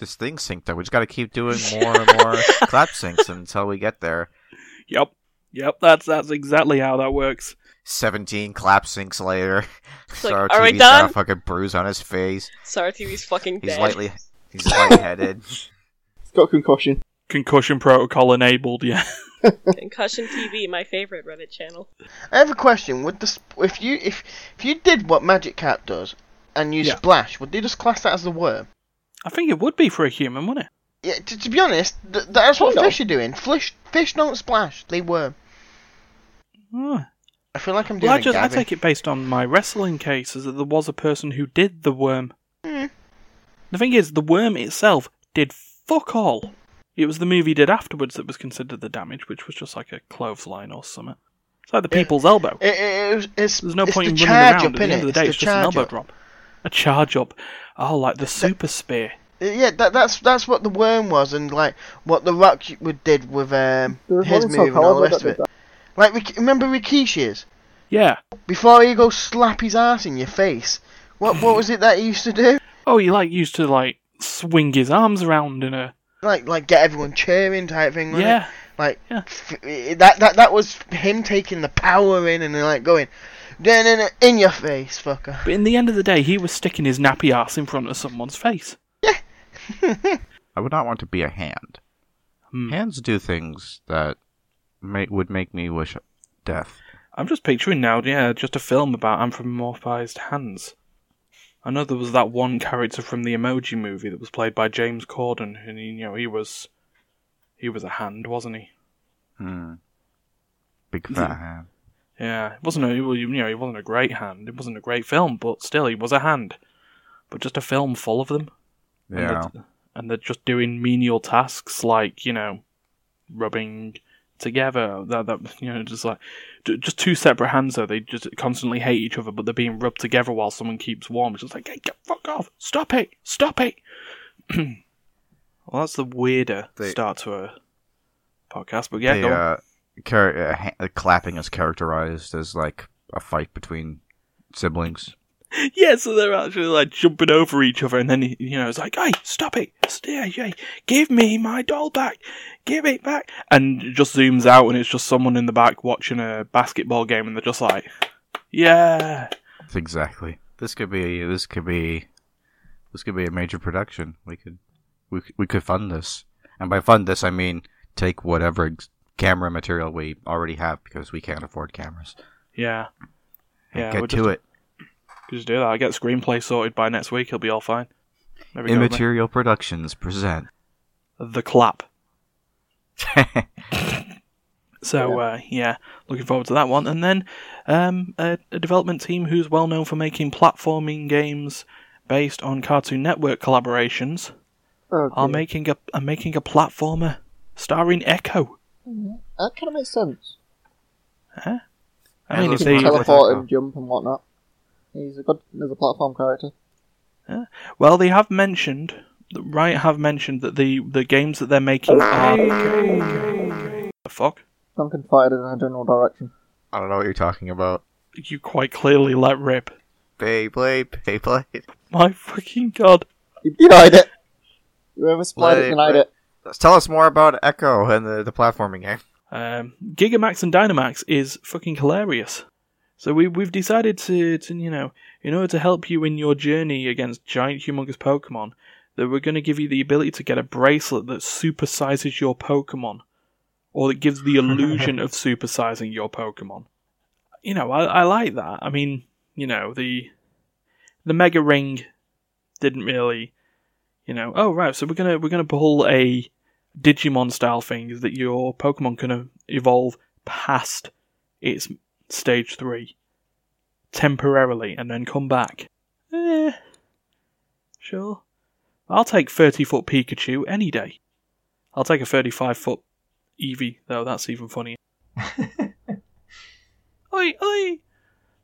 S3: this thing synced up. We just got to keep
S2: [LAUGHS]
S3: doing more and more clap syncs until we get there.
S2: Yep, yep. That's that's exactly how that works.
S3: Seventeen clap syncs later, [LAUGHS]
S12: It's like,
S3: Sorrow
S12: "Are we
S3: TV's got
S12: done?"
S3: a fucking bruise on his face.
S12: Star TV's fucking
S3: He's
S12: dead.
S3: lightly, he's lightheaded.
S9: It's got concussion.
S2: Concussion protocol enabled. Yeah. [LAUGHS]
S12: Concussion TV, my favorite Reddit channel.
S4: I have a question. Would the sp- if you if if you did what Magic Cat does and you splash, would they just class that as a worm?
S2: I think it would be for a human, wouldn't it?
S4: Yeah. To, to be honest, th- that's what
S2: Hold on.
S4: fish are doing. Fish fish don't splash; they worm.
S2: Ah.
S4: I feel like I'm doing
S2: Well, I
S4: a
S2: just I
S4: Gavin.
S2: take it based on my wrestling case is that there was a person who did the worm.
S4: Hmm.
S2: The thing is, the worm itself did fuck all. It was the move he did afterwards that was considered the damage, which was just like a clothesline or something. It's like the people's elbow.
S4: It, it, it, it's,
S2: There's no
S4: it's
S2: point in
S4: the
S2: running
S4: charge
S2: around.
S4: Up,
S2: At the end
S4: innit?
S2: of the day, it's,
S4: the
S2: just an
S4: charge
S2: elbow
S4: up.
S2: drop. A charge up. Oh, like the super spear.
S4: Uh, Yeah, that, that's that's what the worm was, and like what the Rock would did with um,
S9: was
S4: his
S9: one in
S4: move and all
S9: Sokola
S4: the rest of
S9: that
S4: it.
S9: did
S4: Like Rik- remember Rikishi's?
S2: Yeah.
S4: Before he goes slap his ass in your face. What what was it that he used to do?
S2: Oh, he like used to like swing his arms around in a
S4: Like like get everyone cheering type thing. wasn't it?
S2: yeah.
S4: Like f- that that that was him taking the power in and like going, "Da-na-na, in your face, fucker.
S2: But in the end of the day, he was sticking his nappy ass in front of someone's face.
S3: [LAUGHS] I would not want to be a hand. Hands do things that ma- would make me wish death.
S2: I'm just picturing now, yeah, just a film about anthropomorphized hands. I know there was that one character from the Emoji movie that was played by James Corden, and he, you know he was, he was a hand, wasn't he?
S3: Hmm. Big fat hand.
S2: Yeah, it wasn't a well, you know he wasn't a great hand. It wasn't a great film, but still he was a hand. But just a film full of them. And they're-
S3: Yeah.
S2: And they're, just doing menial tasks like you know, rubbing together. That that you know just like ju- just two separate hands though. They just constantly hate each other, but they're being rubbed together while someone keeps warm. It's just like hey, get fuck off, stop it, stop it. [CLEARS THROAT] well, that's the weirder start to a podcast. But yeah,
S3: the,
S2: go on.
S3: uh, char- uh, ha- uh, clapping is characterized as like a fight between siblings.
S2: [LAUGHS] yeah, so they're actually like jumping over each other, and then you know it's like, hey, stop it, stay, hey, give me my doll back, give it back, and it just zooms out, and it's just someone in the back watching a basketball game, and they're just like, yeah,
S3: Exactly. This could be. This could be. This could be a major production. We could. We c- we could fund this, and by fund this I mean take whatever ex- camera material we already have because we can't afford cameras.
S2: yeah, yeah.
S3: get
S2: we'll
S3: to
S2: just,
S3: it.
S2: Just do that. I get screenplay sorted by next week. It'll be all fine. There we go, mate.
S3: Immaterial Productions present [LAUGHS]
S2: the clap. So yeah. Uh, yeah, looking forward to that one. And then um, a, a development team who's well known for making platforming games based on Cartoon Network collaborations
S4: Um,
S2: are
S9: dear.
S2: making a are making a platformer starring Echo.
S9: That kind of makes sense.
S2: Huh?
S9: I mean,
S2: if
S9: he
S2: they-
S9: can teleport and jump and whatnot. He's a good, he's a platform character.
S2: Well, they have mentioned, Riot have mentioned that the the games that they're making are. The fuck?
S9: Duncan fired in a general direction.
S3: I don't know what you're talking about.
S2: You quite clearly let rip.
S3: Beyblade, Beyblade.
S2: My fucking god.
S9: You denied it. Whoever supplied it
S3: Wait,
S9: denied
S3: wait.
S9: it.
S3: Tell us more about Echo and the, the platforming eh? game.
S2: Um, Gigamax and Dynamax is fucking hilarious. So we we've decided to, to you know in order to help you in your journey against giant humongous Pokemon that we're going to give you the ability to get a bracelet that supersizes your Pokemon or that gives the illusion of supersizing your Pokemon. You know I, I like that. I mean you know the the Mega Ring didn't really you know oh right so we're gonna we're gonna pull a Digimon style thing is that your Pokemon can uh, evolve past its stage three temporarily and then come back. Eh, sure. I'll take 30 foot Pikachu any day. I'll take a 35 foot Eevee, though, that's even funnier. oi, oi!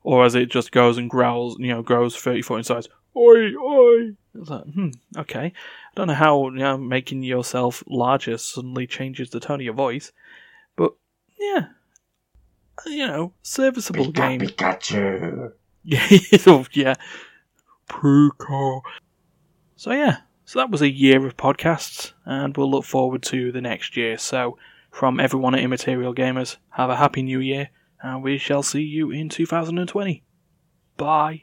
S2: Or as it just goes and growls, you know, grows 30 foot in size. Oi, oi! It's like, hmm, okay. I don't know how you know, making yourself larger suddenly changes the tone of your voice, but yeah, you know, serviceable game.
S15: Pikachu.
S2: Yeah, [LAUGHS] oh, yeah. Pruko. So yeah, so that was a year of podcasts, and we'll look forward to the next year. So, from everyone at Immaterial Gamers, have a happy new year, and we shall see you in 2020. Bye.